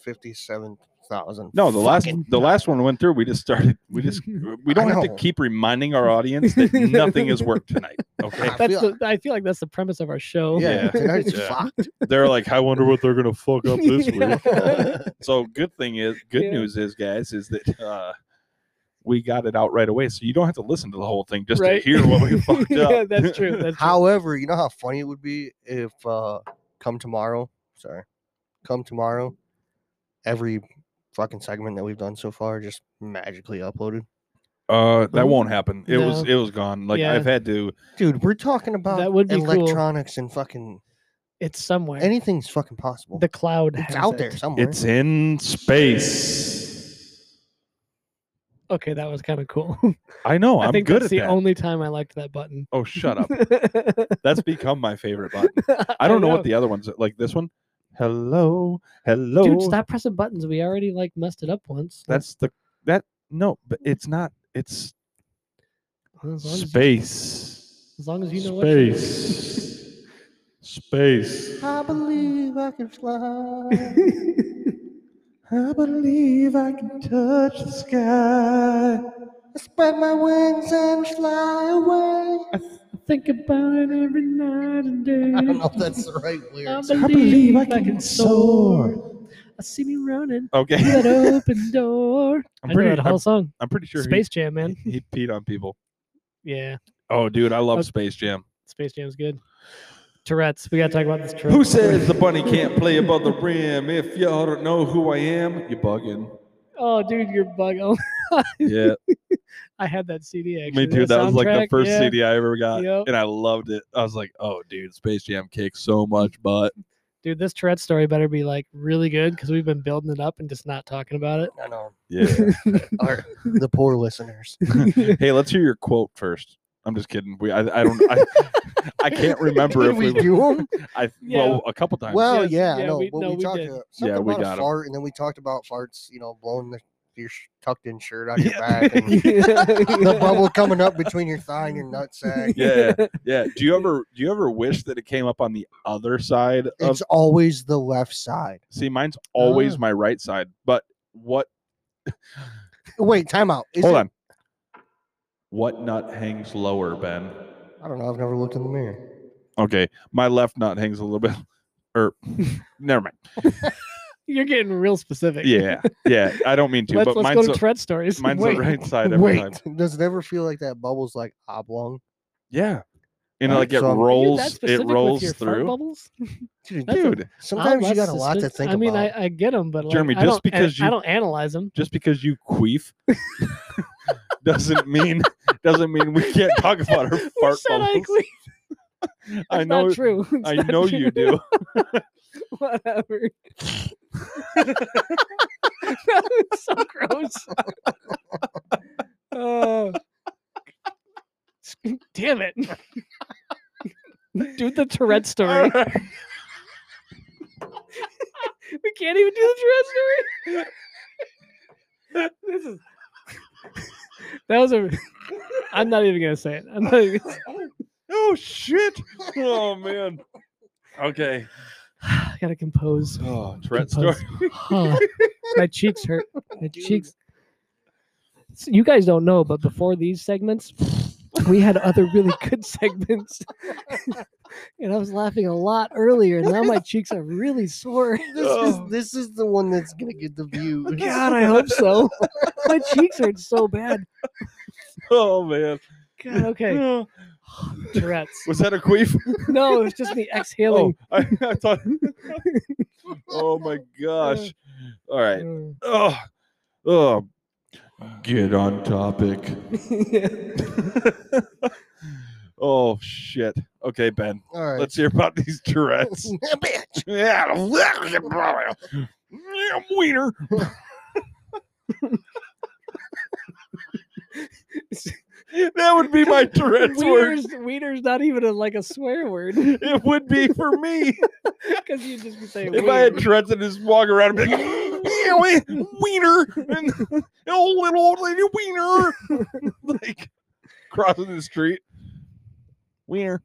Speaker 2: fifty-seven thousand.
Speaker 1: No, the last the last one went through. We just started. We just we don't have to
Speaker 2: know.
Speaker 1: keep reminding our audience that nothing has worked tonight. Okay,
Speaker 2: I
Speaker 3: that's
Speaker 2: feel-
Speaker 3: the, i feel like that's the premise of our show
Speaker 1: Yeah.
Speaker 2: Yeah, tonight's
Speaker 1: Yeah.
Speaker 2: fucked.
Speaker 1: they're like, I wonder what they're gonna fuck up this
Speaker 3: Yeah.
Speaker 1: week. So good thing is, good
Speaker 3: Yeah.
Speaker 1: news is, guys, is that uh, we got it out right away. So you don't have to listen to the whole thing just
Speaker 3: Right.
Speaker 1: to hear what we fucked up.
Speaker 3: yeah that's true that's true.
Speaker 2: However, you know how funny it would be if uh come tomorrow, sorry, come tomorrow, every fucking segment that we've done so far just magically uploaded.
Speaker 1: Uh, that
Speaker 3: Mhm.
Speaker 1: won't happen. It was
Speaker 3: No.
Speaker 1: it was gone. Like
Speaker 3: Yeah.
Speaker 1: I've had to.
Speaker 2: Dude, we're talking about
Speaker 3: That would be cool.
Speaker 2: electronics and fucking
Speaker 3: it's somewhere
Speaker 2: anything's fucking possible.
Speaker 3: the cloud
Speaker 2: it's
Speaker 3: has
Speaker 2: out
Speaker 3: it.
Speaker 2: there somewhere.
Speaker 1: It's in space.
Speaker 3: okay that was kind of cool
Speaker 1: I know.
Speaker 3: i
Speaker 1: I'm
Speaker 3: think
Speaker 1: good
Speaker 3: that's
Speaker 1: at
Speaker 3: the
Speaker 1: that.
Speaker 3: only time i liked that button
Speaker 1: oh, shut up. That's become my favorite button. I don't know. what the other ones like. This one. Hello, hello.
Speaker 3: dude stop pressing buttons we already like messed it up once
Speaker 1: That's the that no, but it's not. It's
Speaker 3: as long as, you-
Speaker 1: space.
Speaker 3: as long as you know what you're
Speaker 1: Space. Space.
Speaker 2: I believe I can fly.
Speaker 1: I believe I can touch the sky.
Speaker 2: Spread my wings and fly away.
Speaker 3: Think about it every night and day.
Speaker 2: I don't know if that's the right
Speaker 3: Um,
Speaker 2: lyrics.
Speaker 3: I believe I can soar. I see me running through that
Speaker 1: Okay.
Speaker 3: open door.
Speaker 1: I'm
Speaker 3: I know
Speaker 1: pretty-
Speaker 3: that whole song.
Speaker 1: I'm pretty sure he-
Speaker 3: Space Jam, man.
Speaker 1: He, he peed on people.
Speaker 3: Yeah,
Speaker 1: Oh, dude, I love
Speaker 3: Okay.
Speaker 1: Space Jam.
Speaker 3: Space Jam's good. Tourette's. We gotta talk about this Tourette's.
Speaker 1: Who says the bunny can't play above the rim? If y'all don't know who I am, you bugging.
Speaker 3: Oh, dude, you're bug. Oh,
Speaker 1: Yeah,
Speaker 3: I had that CD actually.
Speaker 1: me too. That was like the
Speaker 3: soundtrack,
Speaker 1: first
Speaker 3: yeah.
Speaker 1: CD I ever got,
Speaker 3: Yep.
Speaker 1: and I loved it. I was like, "Oh, dude, Space Jam kicks so much butt."
Speaker 3: Dude, this Tourette story better be like really good because we've been building it up and just not talking about it.
Speaker 2: I know.
Speaker 1: Yeah.
Speaker 2: Or the poor listeners.
Speaker 1: hey, let's hear your quote first. I'm just kidding. We, I, I don't, I, I can't remember if
Speaker 2: Did
Speaker 1: we,
Speaker 2: we do them?
Speaker 1: I
Speaker 3: Yeah.
Speaker 1: well a couple times.
Speaker 2: Well,
Speaker 3: Yes,
Speaker 2: yeah,
Speaker 3: yeah,
Speaker 2: I know.
Speaker 3: we-
Speaker 2: but
Speaker 3: no,
Speaker 2: we,
Speaker 3: we
Speaker 2: talked
Speaker 3: did.
Speaker 2: about something
Speaker 1: Yeah, we
Speaker 2: about
Speaker 1: got
Speaker 2: a
Speaker 1: 'em.
Speaker 2: fart, and then we talked about farts. You know, blowing the, your sh- tucked-in shirt on your back, and the bubble coming up between your thigh and your nutsack.
Speaker 1: yeah, yeah. Do you ever, do you ever wish that it came up on the other side of?
Speaker 2: It's always the left side.
Speaker 1: See, mine's always
Speaker 3: Ah.
Speaker 1: my right side. But what?
Speaker 2: Wait, time out. Is
Speaker 1: hold
Speaker 2: it-
Speaker 1: on. What nut hangs lower, Ben?
Speaker 2: I don't know. I've never looked in the mirror.
Speaker 1: Okay, my left nut hangs a little bit. Or, never mind.
Speaker 3: You're getting real specific.
Speaker 1: Yeah, yeah. I don't mean to,
Speaker 3: Let's,
Speaker 1: but
Speaker 3: let's go
Speaker 1: mine's
Speaker 3: to
Speaker 1: a-
Speaker 3: Tourette stories.
Speaker 1: mine's
Speaker 3: Wait.
Speaker 1: the right side every
Speaker 2: Wait,
Speaker 1: time.
Speaker 2: does it ever feel like that bubble's like oblong?
Speaker 1: Yeah. And
Speaker 2: Alright,
Speaker 1: like it
Speaker 2: so I'm- Are you that
Speaker 1: rolls,
Speaker 3: specific
Speaker 1: it
Speaker 3: with
Speaker 1: rolls
Speaker 3: your fart
Speaker 1: through.
Speaker 3: bubbles?
Speaker 2: Dude,
Speaker 3: That's a-
Speaker 1: Dude,
Speaker 2: sometimes you
Speaker 3: I'm
Speaker 2: got a
Speaker 3: less
Speaker 2: lot to
Speaker 3: suspicious-
Speaker 2: think
Speaker 3: I mean,
Speaker 2: about.
Speaker 3: I, I get them, but like,
Speaker 1: Jeremy,
Speaker 3: I
Speaker 1: just
Speaker 3: don't, I-
Speaker 1: because
Speaker 3: I
Speaker 1: you-
Speaker 3: don't analyze them.
Speaker 1: just because you queef doesn't mean doesn't mean we can't talk about our fart bubbles. I
Speaker 3: That's
Speaker 1: know
Speaker 3: not true. It's
Speaker 1: I
Speaker 3: not
Speaker 1: know
Speaker 3: true.
Speaker 1: you do.
Speaker 3: Whatever. that was so gross. oh. Damn it. do the Tourette story. we can't even do the Tourette story. this is. That was a. I'm not even gonna say it. I'm not even gonna say
Speaker 1: Oh shit. Oh man. Okay.
Speaker 3: I gotta compose.
Speaker 1: Oh, Tourette story.
Speaker 3: Compose. Huh. Oh, My cheeks hurt. My cheeks. So you guys don't know, but before these segments, we had other really good segments. and I was laughing a lot earlier. Now my cheeks are really sore.
Speaker 2: This
Speaker 1: Oh.
Speaker 2: is this is the one that's gonna get the view.
Speaker 3: God, I hope so. my cheeks hurt so bad.
Speaker 1: Oh man,
Speaker 3: God, okay. Tourette's.
Speaker 1: was that a queef?
Speaker 3: No, it was just me exhaling.
Speaker 1: Oh, I, I thought. oh my gosh! All right.
Speaker 3: Mm.
Speaker 1: Oh, oh, get on topic. oh shit. Okay, Ben.
Speaker 2: All right.
Speaker 1: Let's hear about these Tourette's.
Speaker 2: Bitch.
Speaker 1: Yeah, wiener. that would be my Tourette's word.
Speaker 3: Wiener's, wiener's not even a, like a swear word
Speaker 1: It would be for me
Speaker 3: because you just be saying.
Speaker 1: if I had
Speaker 3: wiener.
Speaker 1: Tourette's and just walk around and be like, "Yeah, we- wiener, and oh, little old lady wiener, like crossing the street. Wiener.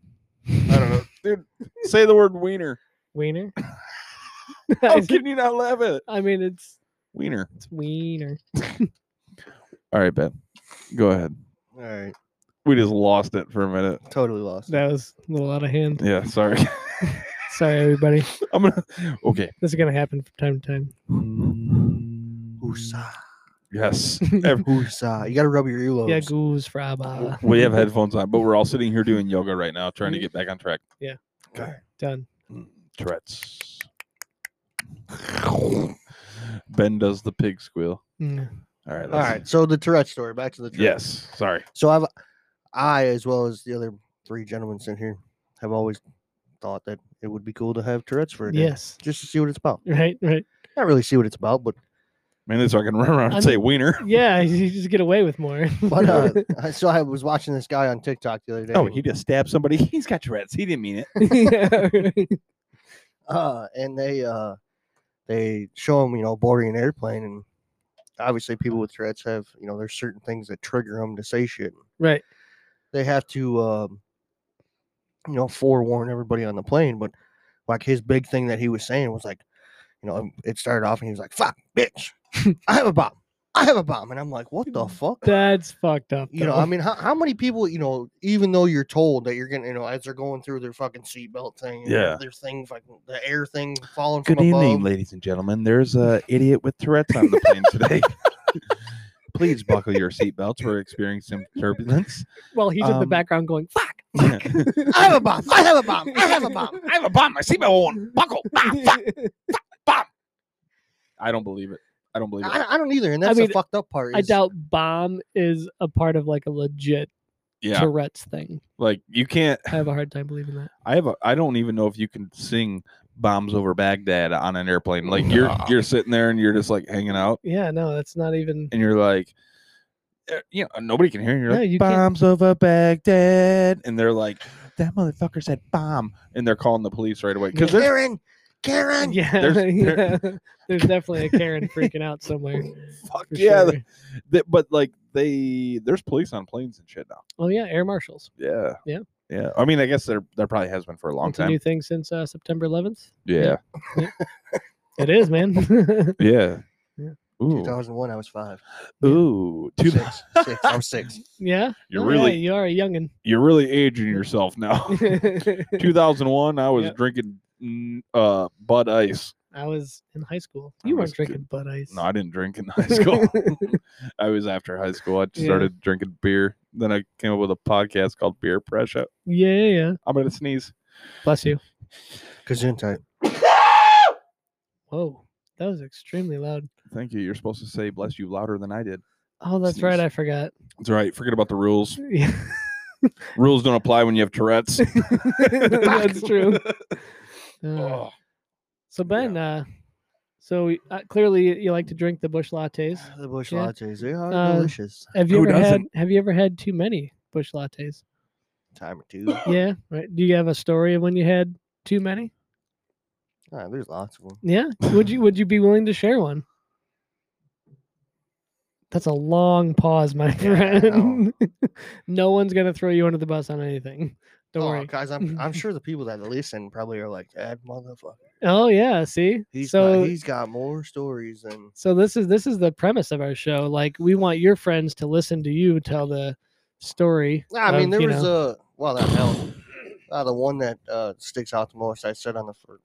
Speaker 1: I don't know, dude. Say the word wiener.
Speaker 3: wiener.
Speaker 1: How can you not laugh at it?
Speaker 3: I mean, it's
Speaker 1: Wiener.
Speaker 3: it's wiener.
Speaker 1: All right, Ben. Go ahead.
Speaker 2: All right.
Speaker 1: We just lost it for a minute.
Speaker 2: Totally lost.
Speaker 3: That was a little out of hand.
Speaker 1: Yeah, sorry.
Speaker 3: Sorry, everybody.
Speaker 1: I'm gonna. Okay.
Speaker 3: This is gonna happen from time to time.
Speaker 2: Woosa.
Speaker 1: Yes. Ev-
Speaker 2: Woosa. You gotta rub your earlobes.
Speaker 3: Yeah, goose fraba.
Speaker 1: we have headphones on, but we're all sitting here doing yoga right now, trying to get back on track.
Speaker 3: Done.
Speaker 1: Tourette's. Ben does the pig squeal.
Speaker 3: Mm.
Speaker 1: All right.
Speaker 2: All right. So the Tourette story. Back to the Tourette.
Speaker 1: Yes. Sorry.
Speaker 2: So I've, I as well as the other three gentlemen sitting here, have always thought that it would be cool to have Tourette's for a day,
Speaker 3: Yes.
Speaker 2: just to see what it's about.
Speaker 3: Right. Right.
Speaker 2: Not really see what it's about, but
Speaker 1: Man, so I can run around and
Speaker 3: I'm-
Speaker 1: say wiener.
Speaker 3: Yeah, you just get away with more.
Speaker 2: but uh, I- so I was watching this guy on TikTok the other day. and-
Speaker 1: Oh, just stabbed somebody. He's got Tourette's. He didn't mean it.
Speaker 2: uh, and they uh, they show him, you know, boarding an airplane, and obviously people with Tourette's have, you know, there's certain things that trigger them to say shit.
Speaker 3: right.
Speaker 2: they have to um, you know forewarn everybody on the plane but like his big thing that he was saying was like you know um, it started off and he was like fuck bitch i have a bomb i have a bomb and i'm like what
Speaker 3: Mm,
Speaker 2: the fuck
Speaker 3: That's fucked up.
Speaker 2: you know
Speaker 3: though.
Speaker 2: i mean how, how many people you know even though you're told that you're gonna you know as they're going through their fucking seatbelt thing and their-
Speaker 1: Yeah.
Speaker 2: their thing like the air thing falling
Speaker 1: Good
Speaker 2: from
Speaker 1: evening,
Speaker 2: above
Speaker 1: ladies and gentlemen. There's a idiot with Tourette's on the plane today. Please buckle your seatbelts. We're experiencing turbulence.
Speaker 3: well, he's in the
Speaker 2: um,
Speaker 3: background going, "Fuck."
Speaker 2: i have a bomb i have a bomb i have a bomb
Speaker 1: I have a bomb. My seatbelt won't buckle. Ah, I don't believe it. I don't believe it.
Speaker 2: I, I don't either and that's
Speaker 3: mean,
Speaker 2: the fucked up part
Speaker 3: I
Speaker 2: is-
Speaker 3: doubt bomb is a part of like a legit
Speaker 1: Yeah,
Speaker 3: Tourette's thing.
Speaker 1: like you can't.
Speaker 3: I have a hard time believing that.
Speaker 1: I have. A, I don't even know if you can sing "Bombs Over Baghdad" on an airplane. Like you're you're sitting there and you're just like hanging out,
Speaker 3: Yeah, no, that's not even.
Speaker 1: and you're like, eh, you know, nobody can hear you. You're
Speaker 3: No,
Speaker 1: like,
Speaker 3: you can't-
Speaker 1: "Bombs Over Baghdad," and they're like, "That motherfucker said bomb," and they're calling the police right away because there's
Speaker 2: karen karen
Speaker 3: Yeah,
Speaker 1: There's-
Speaker 3: yeah.
Speaker 1: there-
Speaker 3: there's definitely a Karen freaking out somewhere.
Speaker 1: fuck
Speaker 3: for
Speaker 1: yeah,
Speaker 3: sure.
Speaker 1: th- th- but like they there's police on planes and shit now.
Speaker 3: Oh yeah, air marshals.
Speaker 1: Yeah.
Speaker 3: Yeah.
Speaker 1: Yeah. I mean, I guess there there probably has been for a long
Speaker 3: It's a
Speaker 1: time.
Speaker 3: new thing since uh, September 11th.
Speaker 1: Yeah.
Speaker 3: It is, man.
Speaker 1: Yeah.
Speaker 3: Yeah.
Speaker 1: Ooh.
Speaker 2: 2001 i was five
Speaker 1: Ooh. Two thou-
Speaker 2: six, six i was six
Speaker 3: yeah,
Speaker 1: You're
Speaker 3: Oh, yeah,
Speaker 1: really
Speaker 3: you are a youngin.
Speaker 1: you're really aging yourself now. 2001, I was
Speaker 3: Yep.
Speaker 1: drinking mm, uh Bud Ice.
Speaker 3: I was in high school.
Speaker 1: I
Speaker 3: You
Speaker 1: was
Speaker 3: weren't
Speaker 1: good.
Speaker 3: drinking Bud Ice.
Speaker 1: No, I didn't drink in high school. I was after high school. I
Speaker 3: Yeah.
Speaker 1: started drinking beer. Then I came up with a podcast called Beer Pressure.
Speaker 3: yeah, yeah, yeah.
Speaker 1: I'm gonna sneeze.
Speaker 3: Bless you.
Speaker 2: Gesundheit.
Speaker 3: Whoa, that was extremely loud.
Speaker 1: Thank you. You're supposed to say bless you louder than I did.
Speaker 3: Oh, that's right.
Speaker 1: Sneeze.
Speaker 3: I forgot.
Speaker 1: That's right. Forget about the rules.
Speaker 3: Yeah,
Speaker 1: Rules don't apply when you have Tourette's.
Speaker 3: that's true. Uh,
Speaker 1: Oh,
Speaker 3: so Ben, uh, so we- uh, clearly you like to drink the bush lattes.
Speaker 2: The bush
Speaker 3: Yeah.
Speaker 2: lattes, they are
Speaker 3: Uh,
Speaker 2: delicious.
Speaker 3: Have you
Speaker 1: Who
Speaker 3: ever had?
Speaker 1: doesn't?
Speaker 3: Have you ever had too many bush lattes?
Speaker 2: Time or two.
Speaker 3: Yeah, right. Do you have a story of when you had too many?
Speaker 2: Ah, there's lots of them.
Speaker 3: Yeah. Would you Would you be willing to share one? That's a long pause, my
Speaker 2: I know.
Speaker 3: friend. no one's gonna throw you under the bus on anything. Don't
Speaker 2: oh,
Speaker 3: worry.
Speaker 2: guys, I'm I'm sure the people that listen probably are like, that motherfucker.
Speaker 3: Oh yeah, see.
Speaker 2: He's got-
Speaker 3: so
Speaker 2: he's got more stories than
Speaker 3: so this is this is the premise of our show. Like we want your friends to listen to you tell the story.
Speaker 2: Nah, I mean
Speaker 3: of,
Speaker 2: there
Speaker 3: you
Speaker 2: was
Speaker 3: know-
Speaker 2: a well that hell Uh, the one that uh, sticks out the most, I said on the, fir-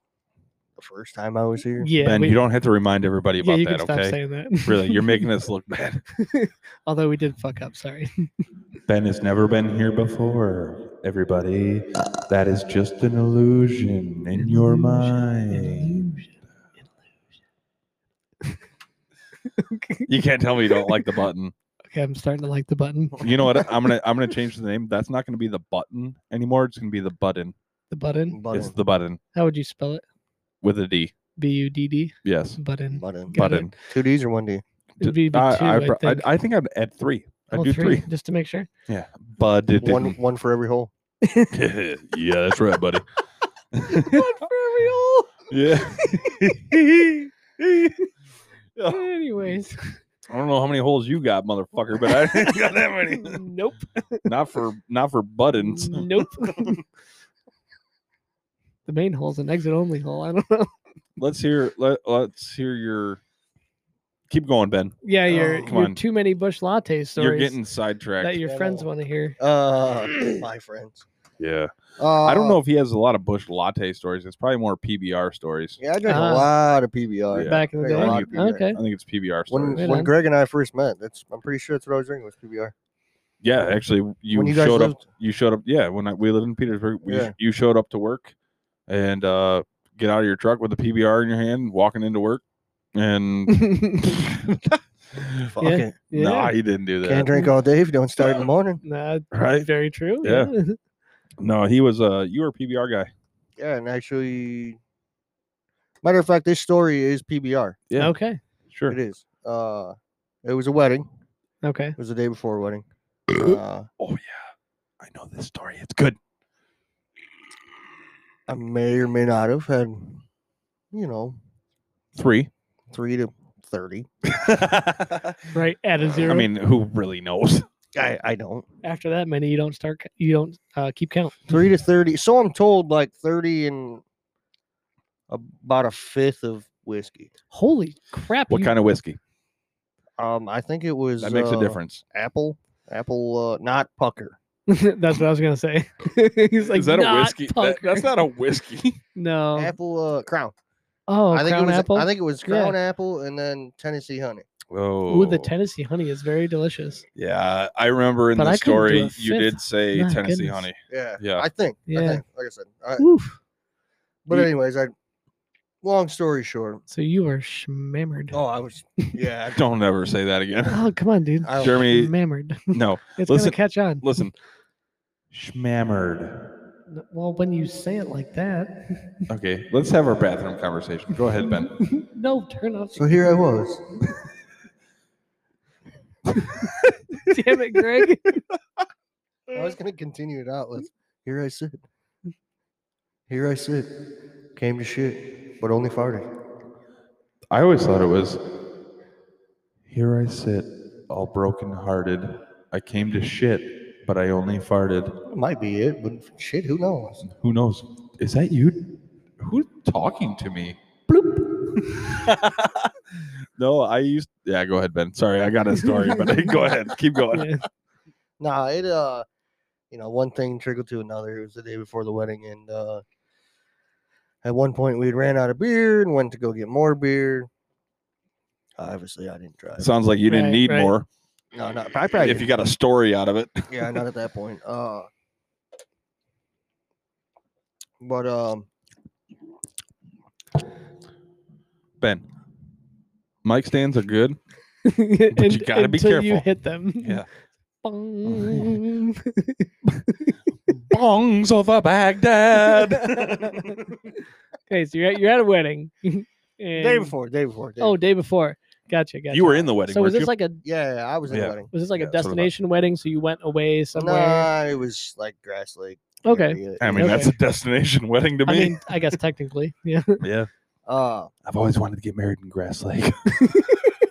Speaker 2: the first time I was here.
Speaker 3: Yeah,
Speaker 1: ben,
Speaker 3: we-
Speaker 1: you don't have to remind everybody
Speaker 3: yeah,
Speaker 1: about
Speaker 3: you
Speaker 1: that,
Speaker 3: can stop
Speaker 1: okay?
Speaker 3: saying that.
Speaker 1: Really, you're making us look bad.
Speaker 3: Although we did fuck up. Sorry.
Speaker 1: Ben has never been here before. Everybody, that is just an illusion in your mind. You can't tell me you don't like the button.
Speaker 3: Okay, I'm starting to like the button.
Speaker 1: You know what? I'm gonna I'm gonna change the name. That's not gonna be the button anymore. It's gonna be the button.
Speaker 3: The button.
Speaker 2: Button.
Speaker 1: It's the button
Speaker 3: How would you spell it?
Speaker 1: with a D.
Speaker 3: B U D D.
Speaker 1: Yes,
Speaker 3: Button.
Speaker 2: button.
Speaker 3: Got it.
Speaker 1: button.
Speaker 2: Two D's or one D?
Speaker 1: D-
Speaker 3: It'd be two, I,
Speaker 1: I, I, pro- I,
Speaker 3: think.
Speaker 1: I think I'd add three. I'd
Speaker 3: Oh,
Speaker 1: do three.
Speaker 3: just to make sure.
Speaker 1: Yeah, bud. it
Speaker 2: One
Speaker 1: didn't.
Speaker 2: one for every hole.
Speaker 1: yeah, that's right, buddy. Yeah.
Speaker 3: Anyways,
Speaker 1: I don't know how many holes you got, motherfucker, but I ain't got that many.
Speaker 3: nope,
Speaker 1: Not for not for buttons.
Speaker 3: nope. the main hole's an exit only hole. I don't know.
Speaker 1: Let's hear let, let's hear your keep going, Ben.
Speaker 3: Yeah, you're,
Speaker 2: Oh,
Speaker 1: come
Speaker 3: you're
Speaker 1: on.
Speaker 3: too many bush latte stories
Speaker 1: You're getting sidetracked.
Speaker 3: that your friends want to hear.
Speaker 2: Uh, my friends.
Speaker 1: yeah.
Speaker 2: Uh,
Speaker 1: I don't know if he has a lot of bush latte stories. It's probably more PBR stories.
Speaker 2: Yeah, I drank
Speaker 3: Ah.
Speaker 2: a lot of PBR.
Speaker 1: Yeah.
Speaker 3: Back in the
Speaker 2: Drink a lot
Speaker 3: day.
Speaker 2: of PBR.
Speaker 3: Okay.
Speaker 1: I think it's PBR
Speaker 2: When
Speaker 1: stories.
Speaker 3: Right
Speaker 2: when
Speaker 3: on.
Speaker 2: Greg and I first met, that's I'm pretty sure that's what I was drinking was PBR.
Speaker 1: yeah, actually you,
Speaker 2: When you guys
Speaker 1: showed up
Speaker 2: lived-
Speaker 1: you showed up yeah, when I, we lived in Petersburg, we,
Speaker 2: Yeah.
Speaker 1: you showed up to work and uh get out of your truck with a PBR in your hand, walking into work and
Speaker 2: Fuck
Speaker 3: Yeah.
Speaker 2: it.
Speaker 3: yeah.
Speaker 1: Nah, he didn't do that.
Speaker 2: Can't drink all day if you don't start in the morning.
Speaker 3: Nah,
Speaker 1: Right?
Speaker 3: Very true.
Speaker 1: Yeah. No, he was a you were a PBR guy.
Speaker 2: Yeah, and actually, matter of fact, this story is PBR.
Speaker 1: Yeah.
Speaker 3: Okay.
Speaker 1: Sure.
Speaker 2: It is. Uh, it was a wedding.
Speaker 3: Okay.
Speaker 2: It was the day before a wedding. Uh,
Speaker 1: Oh yeah. I know this story. It's good.
Speaker 2: I may or may not have had, you know,
Speaker 1: Three.
Speaker 2: three to thirty.
Speaker 1: I
Speaker 3: Right at a zero.
Speaker 1: mean, who really knows?
Speaker 2: I I don't
Speaker 3: after that many, you don't start. c- You don't uh, keep count.
Speaker 2: three to thirty. So I'm told, like thirty and about a fifth of whiskey.
Speaker 3: Holy crap!
Speaker 1: What
Speaker 3: you-
Speaker 1: kind of whiskey?
Speaker 2: Um, I think it was
Speaker 1: That makes a
Speaker 2: uh,
Speaker 1: difference.
Speaker 2: Apple, apple, uh, not pucker.
Speaker 3: that's what I was gonna say. He's like,
Speaker 1: Is that a
Speaker 3: "Not
Speaker 1: whiskey? That-
Speaker 3: poker."
Speaker 1: that's not a whiskey.
Speaker 3: no.
Speaker 2: Apple uh, crown.
Speaker 3: Oh,
Speaker 2: I think
Speaker 3: crown
Speaker 2: it was.
Speaker 3: apple.
Speaker 2: I think it was crown apple and then Tennessee honey.
Speaker 1: Oh,
Speaker 3: Ooh, the Tennessee honey is very delicious.
Speaker 1: Yeah, I remember in
Speaker 3: But
Speaker 1: the
Speaker 3: I couldn't do
Speaker 1: story
Speaker 3: a
Speaker 1: you
Speaker 3: fifth.
Speaker 1: did say
Speaker 3: My
Speaker 1: Tennessee
Speaker 3: goodness.
Speaker 1: honey.
Speaker 2: Yeah.
Speaker 1: Yeah.
Speaker 2: I think. I
Speaker 3: Yeah.
Speaker 2: think. Like I said. I,
Speaker 3: Oof.
Speaker 2: but
Speaker 1: you-
Speaker 2: anyways, I. Long story short.
Speaker 3: So you were shmammered.
Speaker 2: Oh, I was. Yeah. I-
Speaker 1: Don't ever say that again.
Speaker 3: Oh, come on, dude.
Speaker 2: I, was-
Speaker 1: Jeremy,
Speaker 3: Shmammered.
Speaker 1: no,
Speaker 3: It's
Speaker 1: listen-
Speaker 3: gonna catch on.
Speaker 1: listen. Schmammered.
Speaker 3: N- Well, when you say it like that,
Speaker 1: Okay, let's have our bathroom conversation. Go ahead, Ben.
Speaker 3: no, turn off.
Speaker 2: so here I was.
Speaker 3: Damn it, Greg.
Speaker 2: I was gonna continue it out with. Here I sit. Here I sit. Came to shit, but only farted.
Speaker 1: I always thought it was here I sit, all broken hearted. I came to shit, but I only farted.
Speaker 2: Might be it, but shit, who knows?
Speaker 1: Who knows? Is that you? Who's talking to me? Bloop. no, I used Yeah, go ahead, Ben. Sorry, I got a story, but go ahead. Keep going.
Speaker 3: Yeah.
Speaker 2: Nah, it uh, you know, one thing trickled to another. It was the day before the wedding, and uh, at one point we had ran out of beer and went to go get more beer. Obviously, I didn't drive.
Speaker 1: Sounds like you didn't
Speaker 3: Right,
Speaker 1: need
Speaker 3: right.
Speaker 1: more
Speaker 2: no, not I probably.
Speaker 1: if you got a story out of it.
Speaker 2: yeah, not at that point. Uh, but um,
Speaker 1: Ben. Mic stands are good.
Speaker 3: And-
Speaker 1: you gotta be
Speaker 3: until You
Speaker 1: careful.
Speaker 3: hit them.
Speaker 2: Oh,
Speaker 3: Bong.
Speaker 1: Bongs over Baghdad.
Speaker 3: okay, so you're at, you're at a wedding. and,
Speaker 2: day before, day before. Day
Speaker 3: Oh, day before. Gotcha. Gotcha.
Speaker 1: you were in the wedding.
Speaker 3: So was
Speaker 1: weren't
Speaker 3: this
Speaker 1: you?
Speaker 3: like a
Speaker 2: yeah, yeah, I was in
Speaker 1: Yeah.
Speaker 2: the wedding.
Speaker 3: was this like
Speaker 1: Yeah,
Speaker 3: a
Speaker 1: sort of a-
Speaker 3: destination wedding? So you went away somewhere?
Speaker 2: Nah, it was like grass lake.
Speaker 3: okay.
Speaker 2: area.
Speaker 1: I mean, that's a destination wedding to
Speaker 3: I
Speaker 1: me.
Speaker 3: mean, I guess technically, yeah.
Speaker 1: yeah.
Speaker 2: Uh,
Speaker 1: I've always wanted to get married in Grass Lake.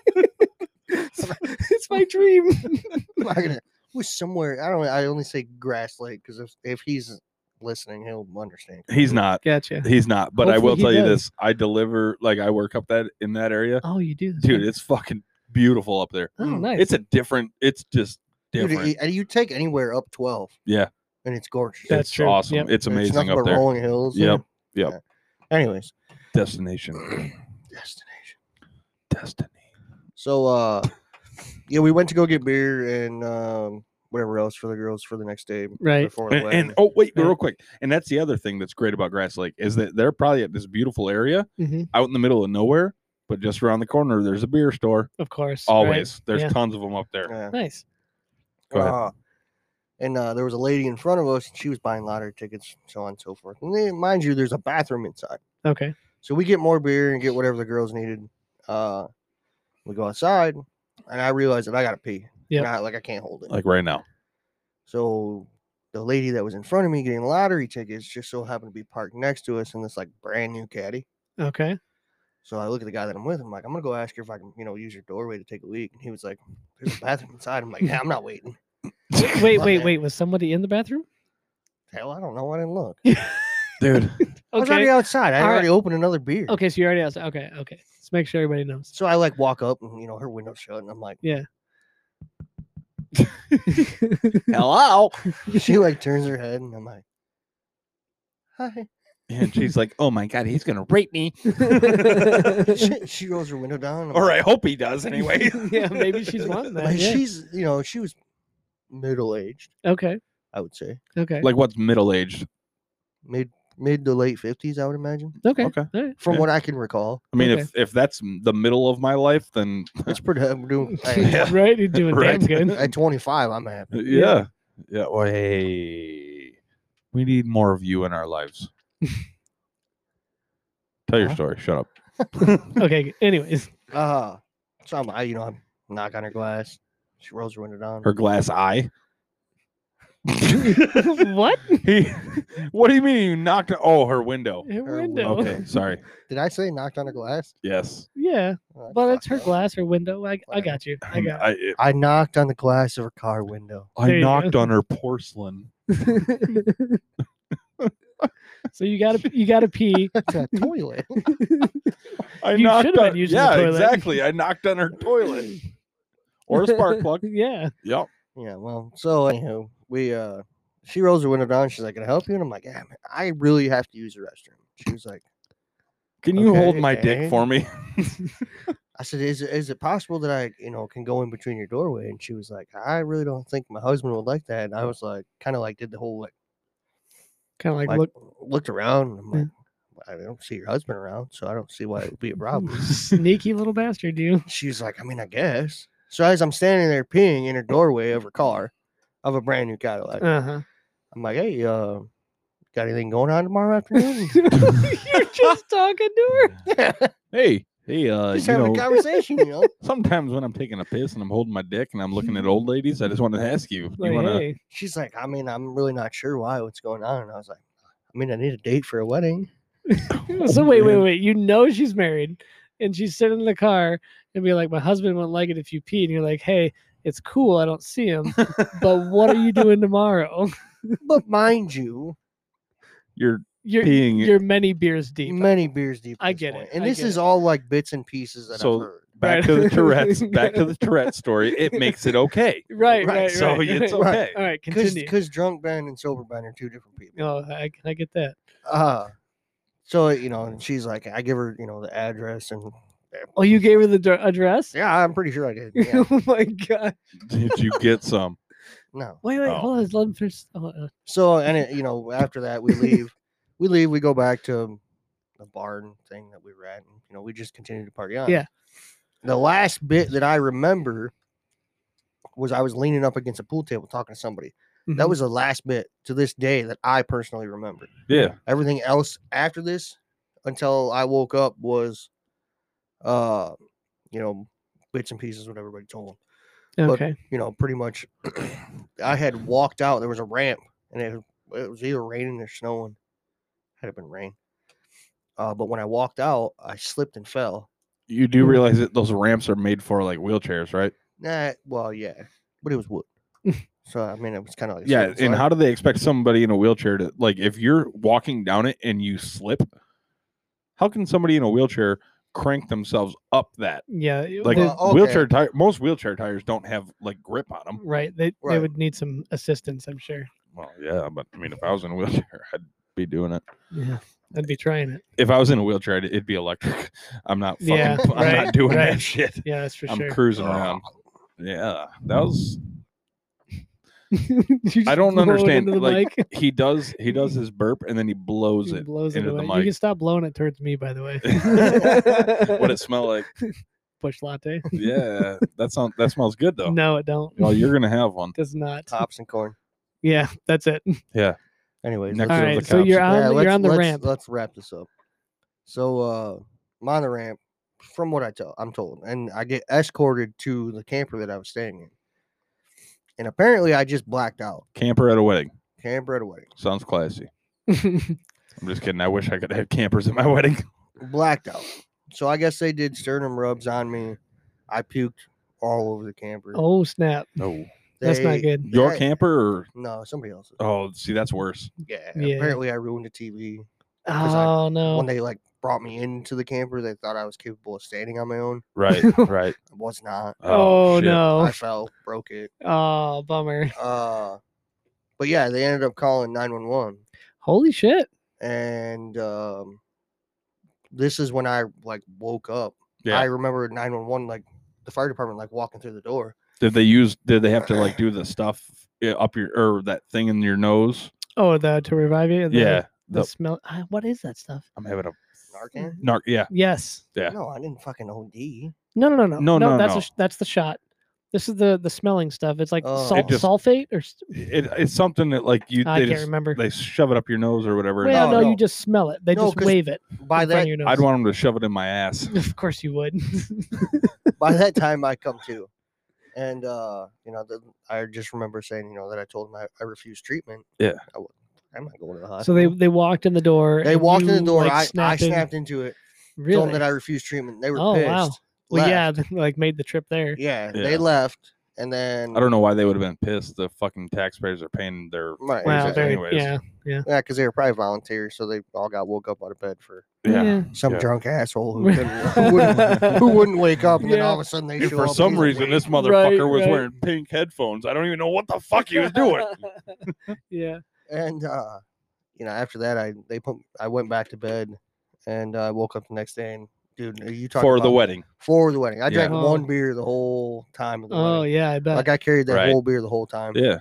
Speaker 3: it's my dream.
Speaker 2: I'm not gonna- it was somewhere. I don't. I only say grass lake because if, if he's listening, he'll understand.
Speaker 1: He's not.
Speaker 3: Gotcha.
Speaker 1: He's not. But I
Speaker 3: Hopefully
Speaker 1: will
Speaker 3: he
Speaker 1: tell you
Speaker 3: does.
Speaker 1: this. I deliver like I work up that in that area.
Speaker 3: Oh, you do,
Speaker 1: Dude,
Speaker 3: Okay.
Speaker 1: it's fucking beautiful up there.
Speaker 3: oh,
Speaker 2: Mm.
Speaker 3: nice.
Speaker 1: It's a different it's just
Speaker 2: Dude,
Speaker 1: different.
Speaker 2: you, you take anywhere up twelve.
Speaker 1: Yeah.
Speaker 2: and it's gorgeous.
Speaker 3: That's
Speaker 1: it's
Speaker 3: true.
Speaker 1: awesome.
Speaker 3: Yep.
Speaker 1: It's
Speaker 2: It's
Speaker 1: amazing
Speaker 2: nothing
Speaker 1: up
Speaker 2: but
Speaker 1: there.
Speaker 2: Rolling hills.
Speaker 1: Yep,
Speaker 2: and-
Speaker 1: yep.
Speaker 2: Yeah. Anyways,
Speaker 1: Destination.
Speaker 2: destination.
Speaker 1: Destiny.
Speaker 2: So uh, yeah, we went to go get beer and um, whatever else for the girls for the next day
Speaker 3: Right.
Speaker 2: before the
Speaker 1: And,
Speaker 2: wedding.
Speaker 1: and- oh wait,
Speaker 3: Yeah.
Speaker 1: real quick. And that's the other thing that's great about Grass Lake is that they're probably at this beautiful area
Speaker 3: hmm
Speaker 1: out in the middle of nowhere, but just around the corner there's a beer store.
Speaker 3: Of course. right?
Speaker 1: Always, there's
Speaker 3: Yeah.
Speaker 1: tons of them up there.
Speaker 2: yeah.
Speaker 3: Nice.
Speaker 1: Go ahead.
Speaker 2: Uh, and uh, there was a lady in front of us, and she was buying lottery tickets, so on and so forth. And then, mind you, there's a bathroom inside.
Speaker 3: Okay.
Speaker 2: So we get more beer and get whatever the girls needed. Uh, we go outside, and I realize that I gotta pee.
Speaker 3: Yep.
Speaker 2: Not like I can't hold it.
Speaker 1: Like right now.
Speaker 2: so the lady that was in front of me getting lottery tickets just so happened to be parked next to us in this like brand new caddy.
Speaker 3: Okay.
Speaker 2: So I look at the guy that I'm with. I'm like, I'm gonna go ask her if I can, you know, use your doorway to take a leak. And he was like, "There's a bathroom inside." I'm like, "Yeah, I'm not waiting."
Speaker 3: Wait,
Speaker 2: My
Speaker 3: wait,
Speaker 2: bad.
Speaker 3: wait. Was somebody in the bathroom?
Speaker 2: Hell, I don't know. I didn't look.
Speaker 1: Dude.
Speaker 2: I was already
Speaker 3: Okay.
Speaker 2: outside. I had
Speaker 3: All right.
Speaker 2: already opened another beer.
Speaker 3: Okay. So you already asked. Okay. Okay. Let's make sure everybody knows.
Speaker 2: So I like walk up and you know her window's shut and I'm like,
Speaker 1: Hello.
Speaker 2: she like turns her head and I'm like, hi.
Speaker 1: And she's like, Oh my god, he's gonna rape me.
Speaker 2: She, she rolls her window down. and I'm
Speaker 1: Or I
Speaker 2: like-
Speaker 1: hope he does anyway.
Speaker 3: yeah. Maybe she's wanting that.
Speaker 2: Like,
Speaker 3: yeah.
Speaker 2: she's you know she was middle aged,
Speaker 3: Okay.
Speaker 2: I would say
Speaker 3: Okay.
Speaker 1: like what's middle aged?
Speaker 2: mid mid to late fifties, I would imagine,
Speaker 3: okay.
Speaker 1: okay.
Speaker 3: All right.
Speaker 2: from
Speaker 1: Yeah.
Speaker 2: what I can recall.
Speaker 1: I mean,
Speaker 3: Okay.
Speaker 1: if if that's m- the middle of my life, then
Speaker 2: It's pretty. I'm doing
Speaker 1: Yeah.
Speaker 2: I-
Speaker 3: Right. You're doing
Speaker 1: Right.
Speaker 3: damn good.
Speaker 2: at 25. I'm happy.
Speaker 1: Uh, yeah, yeah. Well, hey, we need more of you in our lives. Tell your
Speaker 2: Huh?
Speaker 1: story. Shut up.
Speaker 3: Okay. good. Anyways.
Speaker 2: Uh, so I'm I you know I'm knock on her glass. She rolls her window down.
Speaker 1: Her glass eye.
Speaker 3: what?
Speaker 1: He, what do you mean you knocked? on- Oh, her window.
Speaker 3: Her
Speaker 2: Her
Speaker 3: window.
Speaker 1: Okay, sorry.
Speaker 2: Did I say knocked on her glass?
Speaker 1: Yes,
Speaker 3: Yeah.
Speaker 2: Oh, I
Speaker 3: But it's
Speaker 2: fucked up.
Speaker 3: her glass or window. I, I
Speaker 2: Whatever.
Speaker 3: got you. I
Speaker 1: I
Speaker 3: got.
Speaker 1: I, it-
Speaker 2: I knocked on the glass of her car window.
Speaker 1: I
Speaker 3: There you go.
Speaker 1: knocked on her porcelain.
Speaker 3: it. so you gotta you gotta pee.
Speaker 2: It's a toilet.
Speaker 1: I
Speaker 3: You should
Speaker 1: knocked
Speaker 3: have been
Speaker 1: on.
Speaker 3: using the
Speaker 1: yeah,
Speaker 3: toilet.
Speaker 1: exactly. I knocked on her toilet or a spark plug.
Speaker 3: yeah.
Speaker 1: Yep.
Speaker 2: Yeah, well, so anywho, we uh she rolls her window down, she's like, Can I help you? And I'm like, Yeah, man, I really have to use the restroom. She was like,
Speaker 1: Can you hold my
Speaker 2: Okay.
Speaker 1: dick for me?
Speaker 2: I said, Is it is it possible that I, you know, can go in between your doorway? And she was like, I really don't think my husband would like that. And I was like, kinda like did the whole like,
Speaker 3: Kind of like,
Speaker 2: like,
Speaker 3: look.
Speaker 2: looked around and I'm
Speaker 3: Yeah.
Speaker 2: like, "Well, I don't see your husband around, so I don't see why it would be a problem.
Speaker 3: Sneaky little bastard, you.
Speaker 2: She's like, I mean, I guess. So as I'm standing there peeing in her doorway of her car, of a brand new Cadillac,
Speaker 3: Uh
Speaker 1: Uh-huh.
Speaker 3: huh.
Speaker 2: I'm like, Hey, uh, got anything going on tomorrow afternoon?
Speaker 3: You're just talking to her.
Speaker 1: hey, hey, uh,
Speaker 2: Just
Speaker 1: you
Speaker 2: having
Speaker 1: know,
Speaker 2: a conversation, you know.
Speaker 1: sometimes when I'm taking a piss and I'm holding my dick and I'm looking at old ladies, I just want to ask you, you
Speaker 3: Like,
Speaker 1: want to?
Speaker 3: hey,
Speaker 2: She's like, I mean, I'm really not sure why what's going on. And I was like, I mean, I need a date for a wedding.
Speaker 3: so wait, wait,
Speaker 1: Oh, man.
Speaker 3: wait. You know she's married, and she's sitting in the car and be like, "My husband wouldn't like it if you pee." And you're like, "Hey, it's cool. I don't see him, but what are you doing tomorrow?
Speaker 2: But mind you,
Speaker 1: You're
Speaker 3: You're
Speaker 1: peeing.
Speaker 3: you're many beers deep."
Speaker 2: many beers deep. at
Speaker 3: I
Speaker 2: this
Speaker 3: get
Speaker 2: point.
Speaker 3: it,
Speaker 2: And
Speaker 3: I
Speaker 2: this
Speaker 3: get
Speaker 2: is
Speaker 3: it.
Speaker 2: all like bits and pieces that
Speaker 1: So-
Speaker 2: I've heard.
Speaker 1: back to the Tourette's. Back to the Tourette story. It makes it okay.
Speaker 3: Right, right,
Speaker 2: Right,
Speaker 3: right.
Speaker 1: so it's
Speaker 3: right.
Speaker 1: okay.
Speaker 3: All right, continue.
Speaker 2: Because drunk Ben and sober Ben are two different people.
Speaker 3: Oh, I, I get that.
Speaker 2: Uh, so, you know, and she's like, I give her, you know, the address. And
Speaker 3: Oh, you gave her the dr- address?
Speaker 2: yeah, I'm pretty sure I did. Yeah.
Speaker 3: oh my god!
Speaker 1: Did you get some?
Speaker 2: no.
Speaker 3: Wait, wait,
Speaker 1: Oh.
Speaker 3: hold on. Let me finish. Oh, uh,
Speaker 2: So, and, it, you know, after that, we leave. we leave. We go back to the barn thing that we were at. And, you know, we just continue to party on.
Speaker 3: Yeah.
Speaker 2: The last bit that I remember was I was leaning up against a pool table talking to somebody. That
Speaker 3: mhm.
Speaker 2: was the last bit to this day that I personally remember.
Speaker 1: Yeah.
Speaker 2: Everything else after this until I woke up was uh you know bits and pieces what everybody told. but-
Speaker 3: Mm-hmm. okay.
Speaker 2: You know, pretty much I had walked out there was a ramp and it, it was either raining or snowing. Had it been rain. Uh, but when I walked out, I slipped and fell.
Speaker 1: You do realize that those ramps are made for like wheelchairs, right?
Speaker 2: Nah, well, yeah, but it was wood. so I mean, it was kind of like a
Speaker 1: Yeah.
Speaker 2: slip
Speaker 1: And
Speaker 2: slide.
Speaker 1: how do they expect somebody in a wheelchair to like if you're walking down it and you slip? How can somebody in a wheelchair crank themselves up that?
Speaker 3: Yeah. it-
Speaker 1: Like
Speaker 3: they-
Speaker 2: Well, okay.
Speaker 1: wheelchair tire, most wheelchair tires don't have like grip on them.
Speaker 3: right. They they
Speaker 2: Right.
Speaker 3: would need some assistance, I'm sure.
Speaker 1: Well, yeah, but I mean, if I was in a wheelchair, I'd be doing it.
Speaker 3: Yeah, I'd be trying it.
Speaker 1: If I was in a wheelchair, I'd- it'd be electric. I'm not fucking.
Speaker 3: Yeah,
Speaker 1: I'm
Speaker 3: right,
Speaker 1: not doing
Speaker 3: right.
Speaker 1: that shit.
Speaker 3: Yeah, that's for
Speaker 1: I'm
Speaker 3: sure.
Speaker 1: cruising around. Yeah, that was.
Speaker 3: You just
Speaker 1: I don't
Speaker 3: blow it
Speaker 1: understand.
Speaker 3: into the
Speaker 1: Like
Speaker 3: mic.
Speaker 1: he does, he does his burp and then he blows
Speaker 3: He
Speaker 1: it
Speaker 3: blows
Speaker 1: into the
Speaker 3: away. You can
Speaker 1: mic.
Speaker 3: stop blowing it towards me, by the way.
Speaker 1: What it smell like?
Speaker 3: Bush latte?
Speaker 1: Yeah, that sounds. That smells good though.
Speaker 3: No, it don't.
Speaker 1: Well, you're gonna have one.
Speaker 3: Does not.
Speaker 2: Hops and corn.
Speaker 3: Yeah, that's it.
Speaker 2: Anyways,
Speaker 1: Next Pictures
Speaker 3: All
Speaker 1: of
Speaker 3: right,
Speaker 1: the
Speaker 3: so
Speaker 1: cops.
Speaker 3: you're on.
Speaker 2: yeah, let's,
Speaker 3: you're on the
Speaker 2: let's-
Speaker 3: ramp.
Speaker 2: Let's wrap this up. So uh I'm on the ramp, from what I tell I'm told, and I get escorted to the camper that I was staying in. And apparently I just blacked out.
Speaker 1: Camper at a wedding
Speaker 2: Camper at a wedding.
Speaker 1: sounds classy. I'm just kidding. I wish I could have campers at my wedding.
Speaker 2: Blacked out. So I guess they did sternum rubs on me. I puked all over the camper.
Speaker 3: oh snap!
Speaker 1: No,
Speaker 3: That's not
Speaker 2: They-
Speaker 3: good.
Speaker 1: your
Speaker 2: I-
Speaker 1: camper. Or,
Speaker 2: No, somebody else's.
Speaker 1: oh, see, that's worse.
Speaker 2: Yeah,
Speaker 3: Yeah.
Speaker 2: Apparently I ruined the TV. I-
Speaker 3: Oh no!
Speaker 2: When they like brought me into the camper, they thought I was capable of standing on my own.
Speaker 1: Right, right.
Speaker 2: I was not.
Speaker 3: oh
Speaker 1: shit.
Speaker 3: no!
Speaker 2: I fell, broke it.
Speaker 3: Oh bummer!
Speaker 2: Uh, but yeah, they ended up calling 911.
Speaker 3: Holy shit!
Speaker 2: And um, this is when I like woke up.
Speaker 1: Yeah.
Speaker 2: I remember 911, like the fire department, like walking through the door.
Speaker 1: Did they use? Did they have to like do the stuff uh, up your or that thing in your nose?
Speaker 3: Oh, the to revive you. The,
Speaker 1: yeah,
Speaker 3: The
Speaker 1: the-
Speaker 3: smell. ah, What is that stuff? Eh?
Speaker 1: I'm having a
Speaker 3: Hmm.
Speaker 2: Narcan?
Speaker 1: narc. Yeah,
Speaker 3: Yes.
Speaker 1: Yeah.
Speaker 2: No, I didn't fucking OD.
Speaker 3: No, no, no, no,
Speaker 1: No, no,
Speaker 3: that's
Speaker 1: no.
Speaker 3: A, sh- that's the shot. This is the the smelling stuff. It's like
Speaker 2: Oh.
Speaker 3: sal-
Speaker 1: It just-
Speaker 3: sulfate or s-
Speaker 1: it, it's something that like you.
Speaker 3: I
Speaker 1: They,
Speaker 3: can't
Speaker 1: just,
Speaker 3: remember.
Speaker 1: they shove it up your nose or whatever.
Speaker 3: well,
Speaker 2: No,
Speaker 3: no,
Speaker 2: Oh, no.
Speaker 3: you just smell it. They
Speaker 2: No,
Speaker 3: just
Speaker 2: 'cause
Speaker 3: wave it.
Speaker 2: By
Speaker 3: in front of
Speaker 2: that,
Speaker 3: your
Speaker 1: I'd
Speaker 3: nose.
Speaker 1: want them to shove it in my ass.
Speaker 3: Of course you would.
Speaker 2: by that time, I come to. And uh, you know, the, I just remember saying, you know, that I told them I, I refused treatment.
Speaker 1: Yeah.
Speaker 2: I, wa- I'm not going to the hospital.
Speaker 3: so they they walked in the door.
Speaker 2: they
Speaker 3: and
Speaker 2: walked in the
Speaker 3: you,
Speaker 2: door.
Speaker 3: like,
Speaker 2: I, I
Speaker 3: snapped in-
Speaker 2: snapped into it.
Speaker 3: Really?
Speaker 2: Told them that I refused treatment. They were
Speaker 3: Oh,
Speaker 2: pissed.
Speaker 3: wow. well, yeah,
Speaker 2: left.
Speaker 3: they, like made the trip there.
Speaker 2: yeah,
Speaker 1: Yeah.
Speaker 2: They left, and then
Speaker 1: I don't know why they would have been pissed. The fucking taxpayers are paying their.
Speaker 2: Right.
Speaker 3: Wow,
Speaker 1: exactly.
Speaker 3: very
Speaker 1: Anyways.
Speaker 3: yeah,
Speaker 2: Yeah, because they were probably volunteers, so they all got woke up out of bed for
Speaker 1: Yeah.
Speaker 2: some
Speaker 1: Yeah.
Speaker 2: drunk asshole who, couldn't, who, wouldn't, who wouldn't wake up, and then all of a sudden they
Speaker 1: And
Speaker 2: show
Speaker 1: for
Speaker 2: up and
Speaker 1: some
Speaker 2: he's
Speaker 1: reason, this
Speaker 2: awake.
Speaker 1: motherfucker was
Speaker 3: right.
Speaker 1: wearing pink headphones. I don't even know what the fuck he was doing.
Speaker 3: yeah.
Speaker 2: and uh, you know after that I they put I went back to bed, and I woke up the next day and dude, are you talking
Speaker 1: For the
Speaker 2: about-
Speaker 1: wedding.
Speaker 2: for the wedding? I
Speaker 1: Yeah.
Speaker 2: drank
Speaker 3: Oh.
Speaker 2: one beer the whole time of the
Speaker 3: Oh
Speaker 2: wedding.
Speaker 3: yeah, I bet.
Speaker 2: Like I carried that
Speaker 1: Right.
Speaker 2: whole beer the whole time.
Speaker 1: Yeah.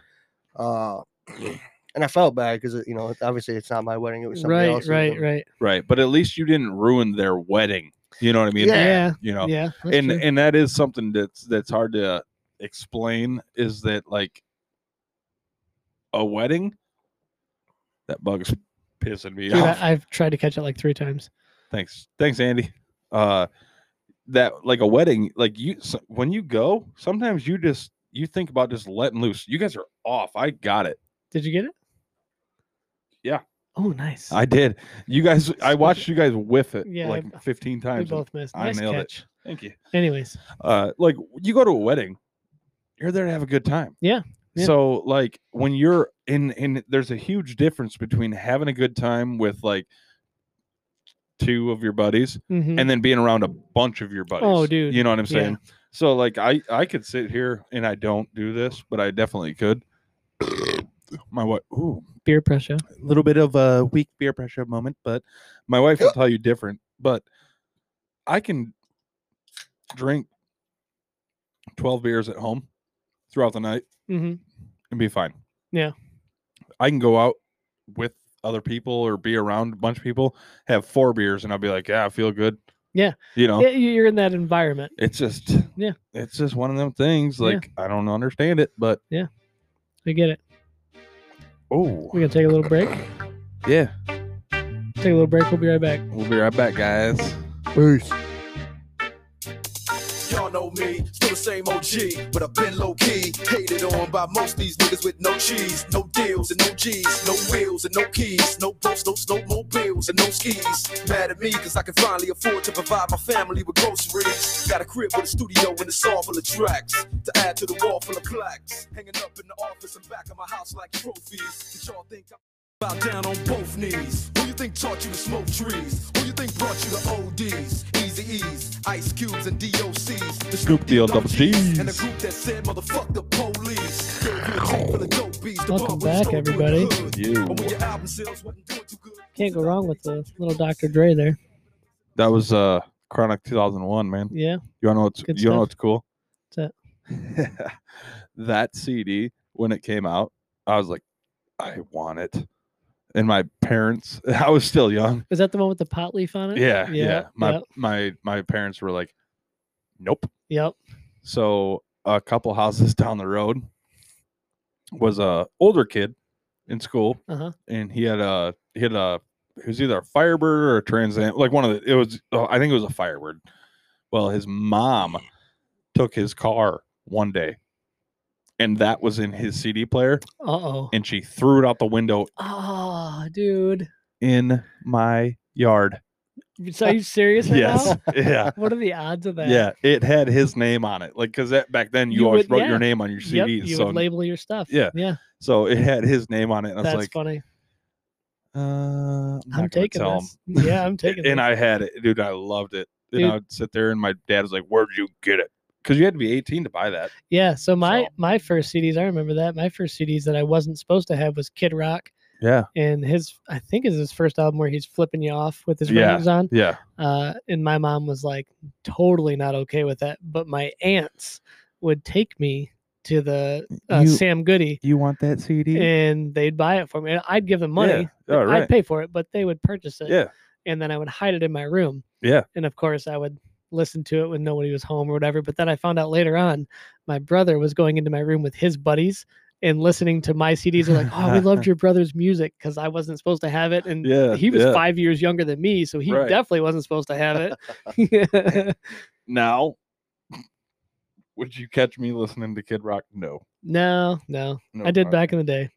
Speaker 2: Uh, and I felt bad because you know obviously it's not my wedding; it was somebody
Speaker 3: right,
Speaker 2: else's.
Speaker 3: right,
Speaker 2: and-
Speaker 3: right.
Speaker 1: Right. But at least you didn't ruin their wedding. You know what I mean?
Speaker 2: Yeah.
Speaker 3: Yeah,
Speaker 1: You know.
Speaker 3: yeah. that's
Speaker 1: and
Speaker 3: true.
Speaker 1: and that is something that's that's hard to uh, explain is that like a wedding that bug's pissing me
Speaker 3: Dude,
Speaker 1: off
Speaker 3: I, I've tried to catch it like three times.
Speaker 1: thanks thanks andy uh that like a wedding like you so, when you go sometimes you just you think about just letting loose you guys are off i got it
Speaker 3: Did you get it?
Speaker 1: Yeah.
Speaker 3: Oh, nice.
Speaker 1: i did you guys i
Speaker 3: Sweet.
Speaker 1: watched you guys whiff it
Speaker 3: Yeah, I-
Speaker 1: like 15
Speaker 3: we
Speaker 1: times and-
Speaker 3: both missed.
Speaker 1: I
Speaker 3: nice
Speaker 1: nailed it.
Speaker 3: catch.
Speaker 1: thank you
Speaker 3: Anyways,
Speaker 1: uh like you go to a wedding you're there to have a good time
Speaker 3: Yeah, yeah.
Speaker 1: so like when you're in in there's a huge difference between having a good time with like two of your buddies
Speaker 3: Mhm.
Speaker 1: and then being around a bunch of your buddies
Speaker 3: Oh, dude,
Speaker 1: you know what i'm
Speaker 3: yeah.
Speaker 1: saying so like i i could sit here and i don't do this but i definitely could my wife ooh
Speaker 3: beer pressure.
Speaker 1: a little bit of a weak beer pressure moment but my wife will tell you different but i can drink 12 beers at home throughout the night
Speaker 3: hmm
Speaker 1: and be fine.
Speaker 3: Yeah.
Speaker 1: I can go out with other people or be around a bunch of people, have four beers, and I'll be like, yeah, I feel good.
Speaker 3: Yeah.
Speaker 1: You know,
Speaker 3: Yeah, you- you're in that environment.
Speaker 1: it's just,
Speaker 3: Yeah.
Speaker 1: it's just one of them things.
Speaker 3: Yeah.
Speaker 1: Like, I don't understand it, but
Speaker 3: I get it.
Speaker 1: oh,
Speaker 3: We're gonna take a little break.
Speaker 1: yeah.
Speaker 3: Take a little break. We'll be right back.
Speaker 1: We'll be right back, guys.
Speaker 2: Peace.
Speaker 7: Y'all know me, still the same OG, but I've been low key. Hated on by most these niggas with no cheese, no deals and no G's, no wheels and no keys, no boats, no snowmobiles and no skis. Mad at me, cause I can finally afford to provide my family with groceries. Got a crib with a studio and a saw full of tracks to add to the wall full of plaques. Hanging up in the office and back of my house like trophies. Did y'all think I Bow down on both knees. Who you think taught you to smoke trees? Who you think brought you to ODs? Easy E's, Ice Cubes, and DOCs. The
Speaker 1: Snoop Deal Double
Speaker 7: G's,
Speaker 1: G's.
Speaker 7: And the group that said, motherfuck the police. Gave you a tape full of dope Welcome back, everybody.
Speaker 1: You.
Speaker 3: Can't go wrong with the little Dr. Dre there.
Speaker 1: That was uh Chronic 2001, man.
Speaker 3: Yeah.
Speaker 1: You wanna know what's
Speaker 3: Good
Speaker 1: you wanna know
Speaker 3: stuff.
Speaker 1: what's cool?
Speaker 3: What's
Speaker 1: that? CD when it came out, I was like, I want it. And my parents, I was still young.
Speaker 3: Is that the one with the pot leaf on it?
Speaker 1: Yeah, yeah. My
Speaker 3: yep.
Speaker 1: my my parents were like, nope.
Speaker 3: yep.
Speaker 1: So a couple houses down the road was a older kid in school,
Speaker 3: Uh-huh.
Speaker 1: and he had a he had a he was either a Firebird or a Trans Am, like one of the it was oh, I think it was a Firebird. Well, his mom took his car one day, and that was in his CD player,
Speaker 3: Uh-oh.
Speaker 1: and she threw it out the window
Speaker 3: Oh, dude.
Speaker 1: in my yard.
Speaker 3: So are you serious right
Speaker 1: Yes,
Speaker 3: now?
Speaker 1: yeah.
Speaker 3: What are the odds of that?
Speaker 1: Yeah, it had his name on it, like because that back then you,
Speaker 3: You
Speaker 1: always
Speaker 3: would-
Speaker 1: wrote
Speaker 3: yeah.
Speaker 1: your name on your
Speaker 3: Yep,
Speaker 1: CDs.
Speaker 3: you
Speaker 1: so
Speaker 3: would label your stuff.
Speaker 1: Yeah.
Speaker 3: Yeah.
Speaker 1: So it had his name on it, and I was
Speaker 3: That's
Speaker 1: like,
Speaker 3: funny.
Speaker 1: uh, I'm, not
Speaker 3: I'm
Speaker 1: gonna
Speaker 3: taking
Speaker 1: tell him.
Speaker 3: this. Yeah, I'm taking
Speaker 1: And
Speaker 3: this.
Speaker 1: I had it, dude. I loved it. And
Speaker 3: Dude.
Speaker 1: I would sit there, and my dad was like, "Where'd you get it?" Because you had to be 18 to buy that.
Speaker 3: Yeah, so my
Speaker 1: So-
Speaker 3: my first CDs, I remember that. My first CDs that I wasn't supposed to have was Kid Rock
Speaker 1: Yeah,
Speaker 3: and his I think is his first album where he's flipping you off with his
Speaker 1: Yeah.
Speaker 3: records on.
Speaker 1: yeah.
Speaker 3: Uh, and my mom was like totally not okay with that, but my aunts would take me to the uh,
Speaker 1: You-
Speaker 3: Sam Goody
Speaker 1: You want that CD?
Speaker 3: and they'd buy it for me. And I'd give them money.
Speaker 1: Yeah. Oh,
Speaker 3: I'd
Speaker 1: right.
Speaker 3: pay for it, but they would purchase it.
Speaker 1: Yeah.
Speaker 3: And then I would hide it in my room.
Speaker 1: Yeah.
Speaker 3: And of course, I would listen to it when nobody was home or whatever. But then I found out later on, my brother was going into my room with his buddies and listening to my CDs. They're like, oh, we loved your brother's music because I wasn't supposed to have it. And
Speaker 1: Yeah,
Speaker 3: he was
Speaker 1: yeah.
Speaker 3: five years younger than me. So he
Speaker 1: Right.
Speaker 3: definitely wasn't supposed to have it.
Speaker 1: Now, would you catch me listening to Kid Rock? No.
Speaker 3: no, no.
Speaker 1: no
Speaker 3: I did
Speaker 1: not-
Speaker 3: back in the day.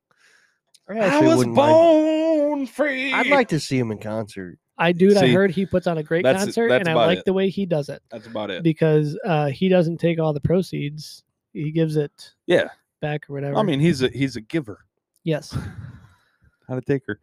Speaker 2: I, actually wouldn't mind-
Speaker 1: bone free.
Speaker 2: I'd like to see him in concert.
Speaker 3: I, dude, I
Speaker 1: See,
Speaker 3: heard he puts on a great
Speaker 1: that's-
Speaker 3: concert
Speaker 1: that's
Speaker 3: and I
Speaker 1: about
Speaker 3: like
Speaker 1: it.
Speaker 3: the way he does it.
Speaker 1: That's about it.
Speaker 3: because uh, he doesn't take all the proceeds. He gives it
Speaker 1: Yeah.
Speaker 3: back or whatever.
Speaker 1: I mean, he's a he's a giver.
Speaker 3: yes.
Speaker 1: How to take her?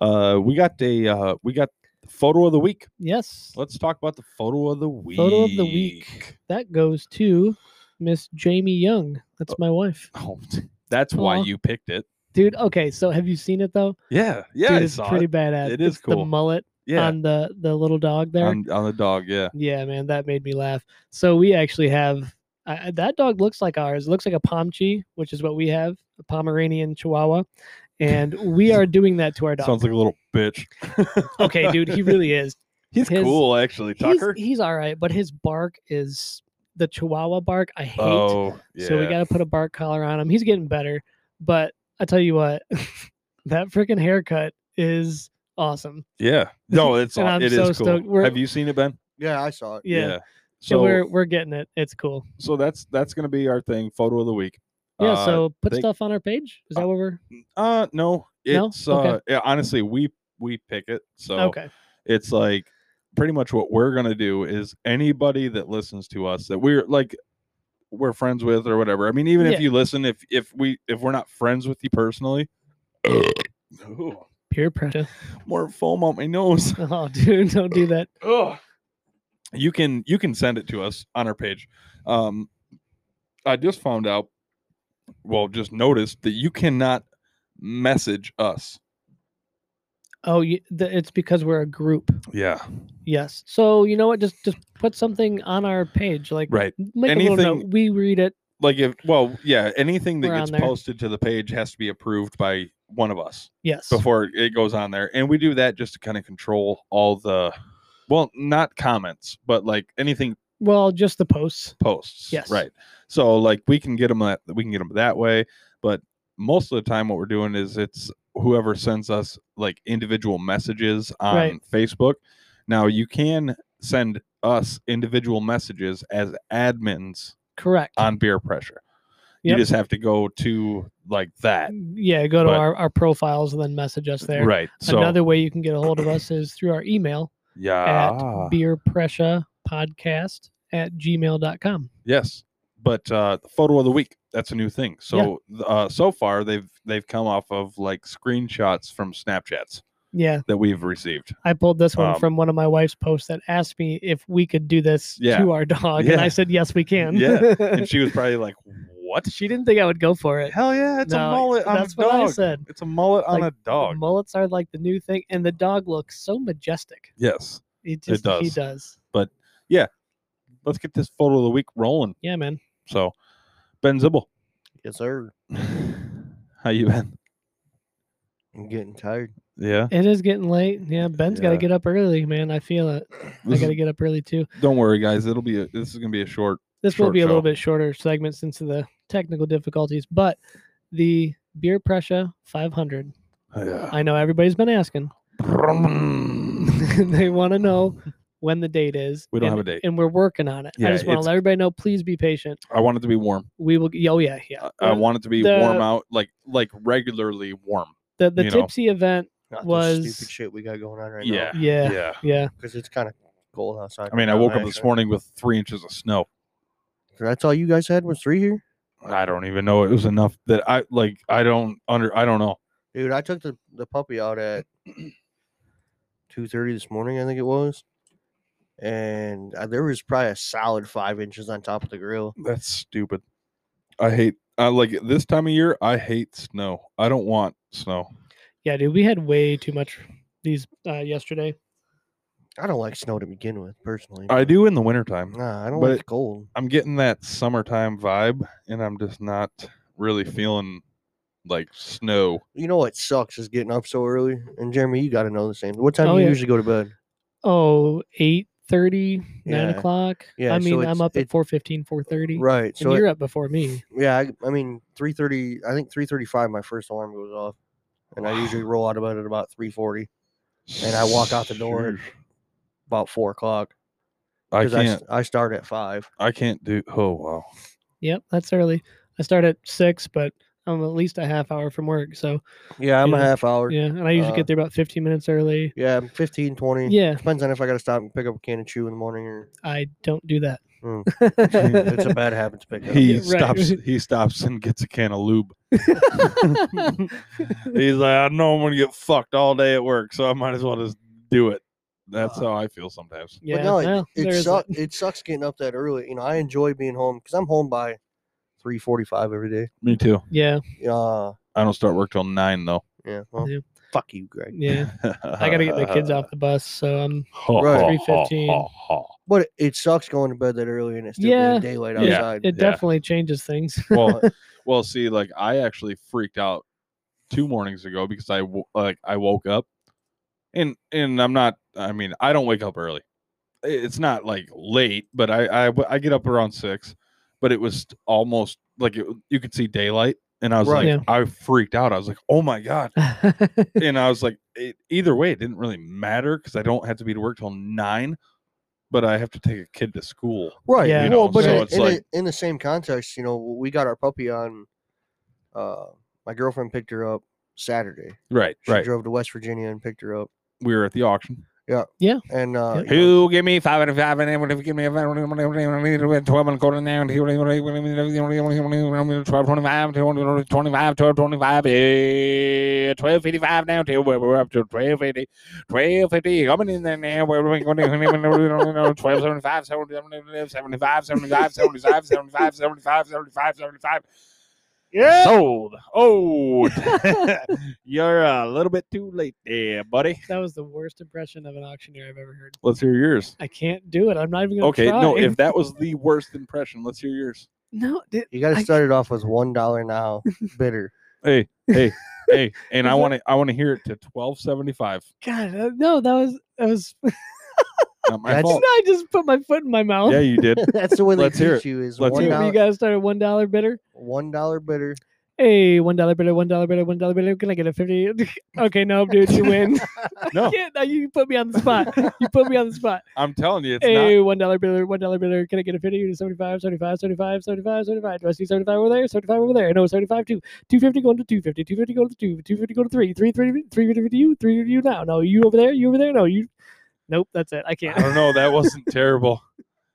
Speaker 1: Uh, we got a uh, we got the photo of the week.
Speaker 3: Yes.
Speaker 1: Let's talk about the photo of the week.
Speaker 3: Photo of the week. That goes to Miss Jamie Young. That's my wife.
Speaker 1: Oh, that's why
Speaker 3: Aw.
Speaker 1: you picked it.
Speaker 3: Dude, okay, so have you seen it though?
Speaker 1: Yeah, yeah,
Speaker 3: Dude,
Speaker 1: I
Speaker 3: it's
Speaker 1: saw
Speaker 3: pretty
Speaker 1: it.
Speaker 3: badass.
Speaker 1: It is
Speaker 3: It's
Speaker 1: cool.
Speaker 3: The mullet
Speaker 1: Yeah,
Speaker 3: on the the little dog there.
Speaker 1: on, on the dog. Yeah,
Speaker 3: yeah, man, that made me laugh. So we actually have I I- that dog looks like ours. It looks like a Pomchi, which is what we have, a Pomeranian Chihuahua, and we are doing that to our dog.
Speaker 1: sounds like a little bitch.
Speaker 3: okay, dude, he really is.
Speaker 1: he's
Speaker 3: his-
Speaker 1: cool actually. Tucker.
Speaker 3: He's, he's all right, but his bark is the Chihuahua bark. I hate.
Speaker 1: oh, yeah.
Speaker 3: So we got to put a bark collar on him. He's getting better, but I tell you what, that freaking haircut is awesome.
Speaker 1: yeah. No, it's
Speaker 3: And
Speaker 1: aw-
Speaker 3: I'm
Speaker 1: it is
Speaker 3: so
Speaker 1: cool.
Speaker 3: stoked. We're-
Speaker 1: Have you seen it, Ben?
Speaker 2: Yeah, I saw it.
Speaker 3: Yeah. So
Speaker 1: So
Speaker 3: we're we're getting it. It's cool.
Speaker 1: so that's that's gonna be our thing. Photo of the week.
Speaker 3: Yeah.
Speaker 1: Uh,
Speaker 3: so put
Speaker 1: they-
Speaker 3: stuff on our page. Is that what we're
Speaker 1: uh no,
Speaker 3: No?
Speaker 1: it's
Speaker 3: Okay.
Speaker 1: uh yeah, honestly we we pick it. So
Speaker 3: okay?
Speaker 1: it's like pretty much what we're gonna do is anybody that listens to us that we're like we're friends with or whatever. I mean, even
Speaker 3: Yeah.
Speaker 1: if you listen, if if we if we're not friends with you personally, Ooh,
Speaker 3: Peer pressure.
Speaker 1: more foam on my nose.
Speaker 3: Oh, dude, don't do that.
Speaker 1: Ugh. You can you can send it to us on our page. Um, I just found out, well, just noticed that you cannot message us.
Speaker 3: Oh, you, the, it's because we're a group.
Speaker 1: Yeah,
Speaker 3: Yes. So you know what? Just just put something on our page. Like
Speaker 1: right.
Speaker 3: make a little note.
Speaker 1: Anything-
Speaker 3: We read it.
Speaker 1: Like if well, yeah, anything that
Speaker 3: We're on
Speaker 1: gets
Speaker 3: there.
Speaker 1: posted to the page has to be approved by one of us.
Speaker 3: Yes.
Speaker 1: before it goes on there. And we do that just to kind of control all the well, not comments, but like anything
Speaker 3: Well, just the posts.
Speaker 1: posts.
Speaker 3: Yes.
Speaker 1: Right. So like we can get them that we can get them that way, but most of the time what we're doing is it's whoever sends us like individual messages on
Speaker 3: Right.
Speaker 1: Facebook. Now you can send us individual messages as admins
Speaker 3: Correct.
Speaker 1: on beer pressure.
Speaker 3: Yep.
Speaker 1: You just have to go to like that.
Speaker 3: yeah go to
Speaker 1: But-
Speaker 3: our, our profiles and then message us there
Speaker 1: Right. So
Speaker 3: another way you can get a hold of us is through our email
Speaker 1: yeah.
Speaker 3: at beer pressure podcast at gmail.com
Speaker 1: Yes, but uh, the photo of the week. That's a new thing. So th- uh, so far they've they've come off of like screenshots from Snapchats
Speaker 3: yeah
Speaker 1: that we've received.
Speaker 3: i pulled this one
Speaker 1: Um,
Speaker 3: from one of my wife's posts that asked me if we could do this
Speaker 1: Yeah.
Speaker 3: to our dog
Speaker 1: Yeah.
Speaker 3: and i said yes we can
Speaker 1: Yeah. And she was probably like, what?
Speaker 3: She didn't think I would go for it.
Speaker 1: Hell yeah, it's
Speaker 3: No,
Speaker 1: a mullet on
Speaker 3: that's
Speaker 1: a
Speaker 3: what I
Speaker 1: dog.
Speaker 3: said.
Speaker 1: It's a mullet on
Speaker 3: Like,
Speaker 1: a dog.
Speaker 3: The mullets are like the new thing, and the dog looks so majestic.
Speaker 1: yes.
Speaker 3: It just he
Speaker 1: does.
Speaker 3: does.
Speaker 1: Let's get this photo of the week rolling.
Speaker 3: Yeah, man.
Speaker 1: So, Ben Zibble,
Speaker 2: Yes, sir.
Speaker 1: how you been?
Speaker 2: I'm getting tired.
Speaker 1: Yeah.
Speaker 3: It is getting late. Yeah, Ben's got to
Speaker 1: Yeah.
Speaker 3: get up early, man. I feel it. I
Speaker 1: This
Speaker 3: got to
Speaker 1: is-
Speaker 3: get up early too.
Speaker 1: don't worry, guys. It'll be a, this is gonna be a short.
Speaker 3: This will
Speaker 1: short
Speaker 3: be a little
Speaker 1: show.
Speaker 3: bit shorter segment since of the technical difficulties, but the beer pressure 500.
Speaker 1: Yeah.
Speaker 3: I know everybody's been asking. they want to know when the date is.
Speaker 1: We don't
Speaker 3: and-
Speaker 1: have a date.
Speaker 3: and we're working on it. I
Speaker 1: Yeah,
Speaker 3: just want to
Speaker 1: it's-
Speaker 3: let everybody know. Please be patient.
Speaker 1: I want it to be warm.
Speaker 3: We will. Oh yeah, yeah.
Speaker 1: I- I
Speaker 3: We're-
Speaker 1: want it to be
Speaker 3: the-
Speaker 1: warm out, like like regularly warm.
Speaker 3: the the
Speaker 1: you know.
Speaker 3: tipsy event.
Speaker 2: Not this
Speaker 3: Was-
Speaker 2: stupid shit we got going on right
Speaker 1: Yeah.
Speaker 2: now.
Speaker 3: Yeah, yeah,
Speaker 1: yeah.
Speaker 2: Because it's kind of cold outside.
Speaker 1: I mean, I
Speaker 2: right now,
Speaker 1: woke up this
Speaker 2: actually.
Speaker 1: morning with three inches of snow.
Speaker 2: That's all you guys had was three here,
Speaker 1: I don't even know it was enough that I like. I don't under. I don't know.
Speaker 2: dude. I took the, the puppy out at two thirty this morning, I think it was, and uh, there was probably a solid five inches on top of the grill.
Speaker 1: That's stupid. I hate. I like this time of year. I hate snow. I don't want snow.
Speaker 3: yeah, dude. We had way too much these uh, yesterday.
Speaker 2: I don't like snow to begin with, personally.
Speaker 1: I do in the wintertime.
Speaker 2: Nah, I don't
Speaker 1: Uh, but-
Speaker 2: like the cold.
Speaker 1: I'm getting that summertime vibe, and I'm just not really feeling like snow.
Speaker 2: You know what sucks is getting up so early. And Jeremy, you got to know the same. What time
Speaker 3: Oh,
Speaker 2: do you
Speaker 3: yeah.
Speaker 2: usually go to bed?
Speaker 3: Oh, 8.30, 9
Speaker 2: Yeah.
Speaker 3: o'clock.
Speaker 2: Yeah,
Speaker 3: I
Speaker 2: so
Speaker 3: mean,
Speaker 2: it's-
Speaker 3: I'm up at
Speaker 2: it-
Speaker 3: 4.15, 4.30.
Speaker 2: Right. So
Speaker 3: and
Speaker 2: it-
Speaker 3: you're up before me.
Speaker 2: yeah, I, I mean, three thirty. I think three thirty-five. My first alarm goes off, and I usually roll out of bed at about three forty, And I walk out the door
Speaker 1: Sheesh.
Speaker 2: about four o'clock.
Speaker 1: I
Speaker 2: I,
Speaker 1: can't.
Speaker 2: s- I start at five.
Speaker 1: I, can't do. Oh wow.
Speaker 3: Yep, that's early. I start at 6, but I'm at least a half hour from work. So,
Speaker 2: Yeah, I'm a
Speaker 3: Yeah.
Speaker 2: half hour. Yeah,
Speaker 3: yeah, and I usually
Speaker 2: Uh,
Speaker 3: get there about 15 minutes early.
Speaker 2: I'm 15,
Speaker 1: Mm.
Speaker 2: 20.
Speaker 3: Yeah,
Speaker 2: Depends on if I got to stop and pick up a can of chew in the morning or
Speaker 3: I don't do that.
Speaker 2: Mm. it's
Speaker 1: Mm.
Speaker 2: a bad habit to pick up.
Speaker 1: He
Speaker 3: Right.
Speaker 1: stops. He stops and gets a can of lube. He's like, I know I'm gonna get fucked all day at work, so I might as well just do it. That's how I feel sometimes.
Speaker 3: Uh-huh. yeah,
Speaker 2: but no,
Speaker 3: well,
Speaker 2: it,
Speaker 3: there
Speaker 2: it,
Speaker 3: is
Speaker 2: suck, it sucks getting up that early. You know, I enjoy being home because I'm home by 3.45 every day.
Speaker 1: Me too.
Speaker 3: Yeah,
Speaker 2: Uh,
Speaker 1: I don't start work till nine though.
Speaker 2: yeah, well,
Speaker 3: Yeah.
Speaker 2: fuck you, Greg.
Speaker 3: yeah. I got to get the kids
Speaker 1: uh,
Speaker 3: off the bus, so um, I'm
Speaker 2: Right.
Speaker 3: 3:15.
Speaker 2: But it, it sucks going to bed that early and it's still
Speaker 3: Yeah,
Speaker 2: being daylight
Speaker 1: yeah.
Speaker 2: outside.
Speaker 3: It
Speaker 1: Yeah.
Speaker 3: definitely changes things.
Speaker 1: well, well, see, like I actually freaked out two mornings ago because I wo- like I woke up, and and I'm not. I mean, I don't wake up early. I- It's not like late, but I I, w- I get up around six, but it was almost like it, you could see daylight, and I was like,
Speaker 2: Right.
Speaker 3: Yeah.
Speaker 1: I freaked out. I was like, oh my god. and I was like, it, either way, it didn't really matter because I don't have to be to work till nine, but I have to take a kid to school.
Speaker 2: right.
Speaker 3: Yeah. you
Speaker 1: know,
Speaker 2: well, but
Speaker 1: so
Speaker 2: in,
Speaker 1: it's
Speaker 2: in,
Speaker 1: like-
Speaker 2: the- in the same context, you know, we got our puppy on. Uh, my girlfriend picked her up Saturday.
Speaker 1: Right,
Speaker 2: She drove to West Virginia and picked her up.
Speaker 1: We were at the auction.
Speaker 2: And uh, you know,
Speaker 8: Who give me five and five and if you give me a five and twelve and a quarter now and twelve twenty five twenty five twelve twenty five twelve fifty five now till we're up to twelve fifty twelve fifty coming in there now we're going to twelve seventy five seventy five seventy five seventy five seventy five seventy five seventy five seventy five yeah sold oh you're a little bit too late there buddy
Speaker 3: that was the worst impression of an auctioneer I've ever heard.
Speaker 1: Let's hear yours.
Speaker 3: I can't do it. I'm not even gonna
Speaker 1: Okay, no,
Speaker 3: try.
Speaker 1: if that was the worst impression, let's hear yours.
Speaker 3: no, di-
Speaker 2: you got
Speaker 3: I-
Speaker 2: to start it off with one dollar now, bitter.
Speaker 1: Hey, hey, hey, and I
Speaker 3: Is it-
Speaker 1: want to I want to hear it to twelve seventy five.
Speaker 3: God, uh, no, that was that was.
Speaker 1: Not my
Speaker 2: That's-
Speaker 1: fault.
Speaker 3: I just put my foot in my mouth.
Speaker 1: Yeah, you did.
Speaker 2: That's the way they
Speaker 1: Let's hear
Speaker 2: teach you is
Speaker 1: Let's
Speaker 2: one
Speaker 1: hear it.
Speaker 3: You
Speaker 2: dollar,
Speaker 3: guys started one dollar bidder.
Speaker 2: one dollar bitter.
Speaker 3: Hey, one dollar bidder, one dollar bidder, one dollar bidder. Can I get a fifty? okay, no, dude, you win.
Speaker 1: No.
Speaker 3: Can't- now you put me on the spot. You put me on the spot.
Speaker 1: I'm telling you, it's
Speaker 3: hey, one dollar bidder, one dollar bidder. Can I get a fifty? Seventy-five, seventy-five, seventy-five, seventy-five, seventy-five. Do I see seventy-five over there? Seventy-five over there. No, seventy-five too. Two fifty going to two fifty. Two fifty going to two. Two fifty going to three. Three three three fifty to you. Three to you now. No, you over there. You over there. No, you. Nope, that's it. I
Speaker 1: not.
Speaker 3: can't.
Speaker 1: I don't know. That wasn't terrible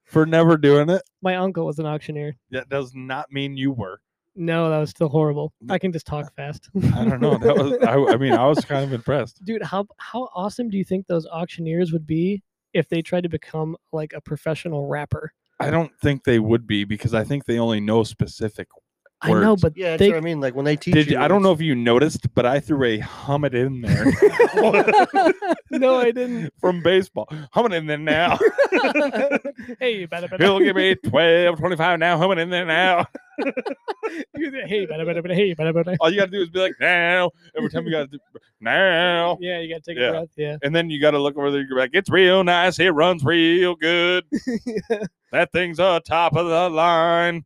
Speaker 1: for never doing it.
Speaker 3: My uncle was an auctioneer.
Speaker 1: That does not mean you were.
Speaker 3: No, that was still horrible. I can just talk fast.
Speaker 1: I don't know. That was. I, I mean, I was kind of impressed.
Speaker 3: dude how how awesome do you think those auctioneers would be if they tried to become like a professional rapper
Speaker 1: I don't think they would be because I think they only know specific
Speaker 3: I know,
Speaker 1: words.
Speaker 3: but
Speaker 2: Yeah, that's
Speaker 3: they
Speaker 2: what I mean. Like when they teach
Speaker 1: Did
Speaker 2: you,
Speaker 1: you, I don't know
Speaker 2: it's-
Speaker 1: if you noticed, but I threw a hum it in there
Speaker 3: no, I didn't.
Speaker 1: from baseball. Hum it in there now.
Speaker 3: hey, you better, better.
Speaker 1: He'll give me 12, 25 now. Hum it in there now.
Speaker 3: You did- hey, better, better, better. Hey, better, better.
Speaker 1: All you got to do is be like, now. Every time you got to do, now.
Speaker 3: Yeah, you gotta take
Speaker 1: Oh, Yeah.
Speaker 3: a breath. Yeah.
Speaker 1: And then you got to look over there. You're like, it's real nice. It runs real good. That thing's a top of the line.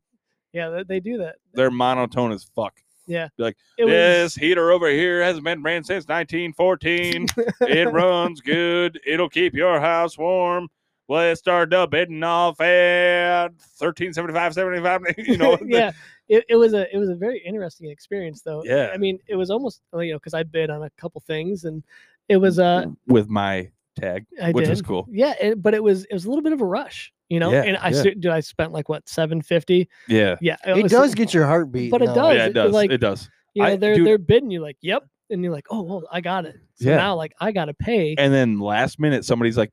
Speaker 3: Yeah, they- they do that.
Speaker 1: They're monotone as fuck.
Speaker 3: It was
Speaker 1: this heater over here hasn't been ran since 1914. it runs good. It'll keep your house warm. Let's start the bidding off at 1375, 75. You know,
Speaker 3: yeah, it, it was a it was a very interesting experience though.
Speaker 1: Yeah.
Speaker 3: I mean, it was almost well, you know because I bid on a couple things and it was uh
Speaker 1: with my tag,
Speaker 3: I
Speaker 1: which
Speaker 3: did.
Speaker 1: is cool.
Speaker 3: yeah, it, but it was it was a little bit of a rush, you know.
Speaker 1: Yeah,
Speaker 3: and I
Speaker 1: yeah.
Speaker 3: cer- dude, I spent like what seven fifty.
Speaker 1: Yeah.
Speaker 3: Yeah,
Speaker 2: It
Speaker 3: was-
Speaker 2: does get your heart beat.
Speaker 3: But Oh, it
Speaker 2: though.
Speaker 3: does.
Speaker 1: Yeah, it does.
Speaker 3: like-
Speaker 1: it does.
Speaker 3: You know,
Speaker 1: I-
Speaker 3: they're
Speaker 1: dude-
Speaker 3: they're bidding you like yep, and you're like oh well I got it. So
Speaker 1: Yeah.
Speaker 3: now like I gotta pay.
Speaker 1: And then last minute, somebody's like,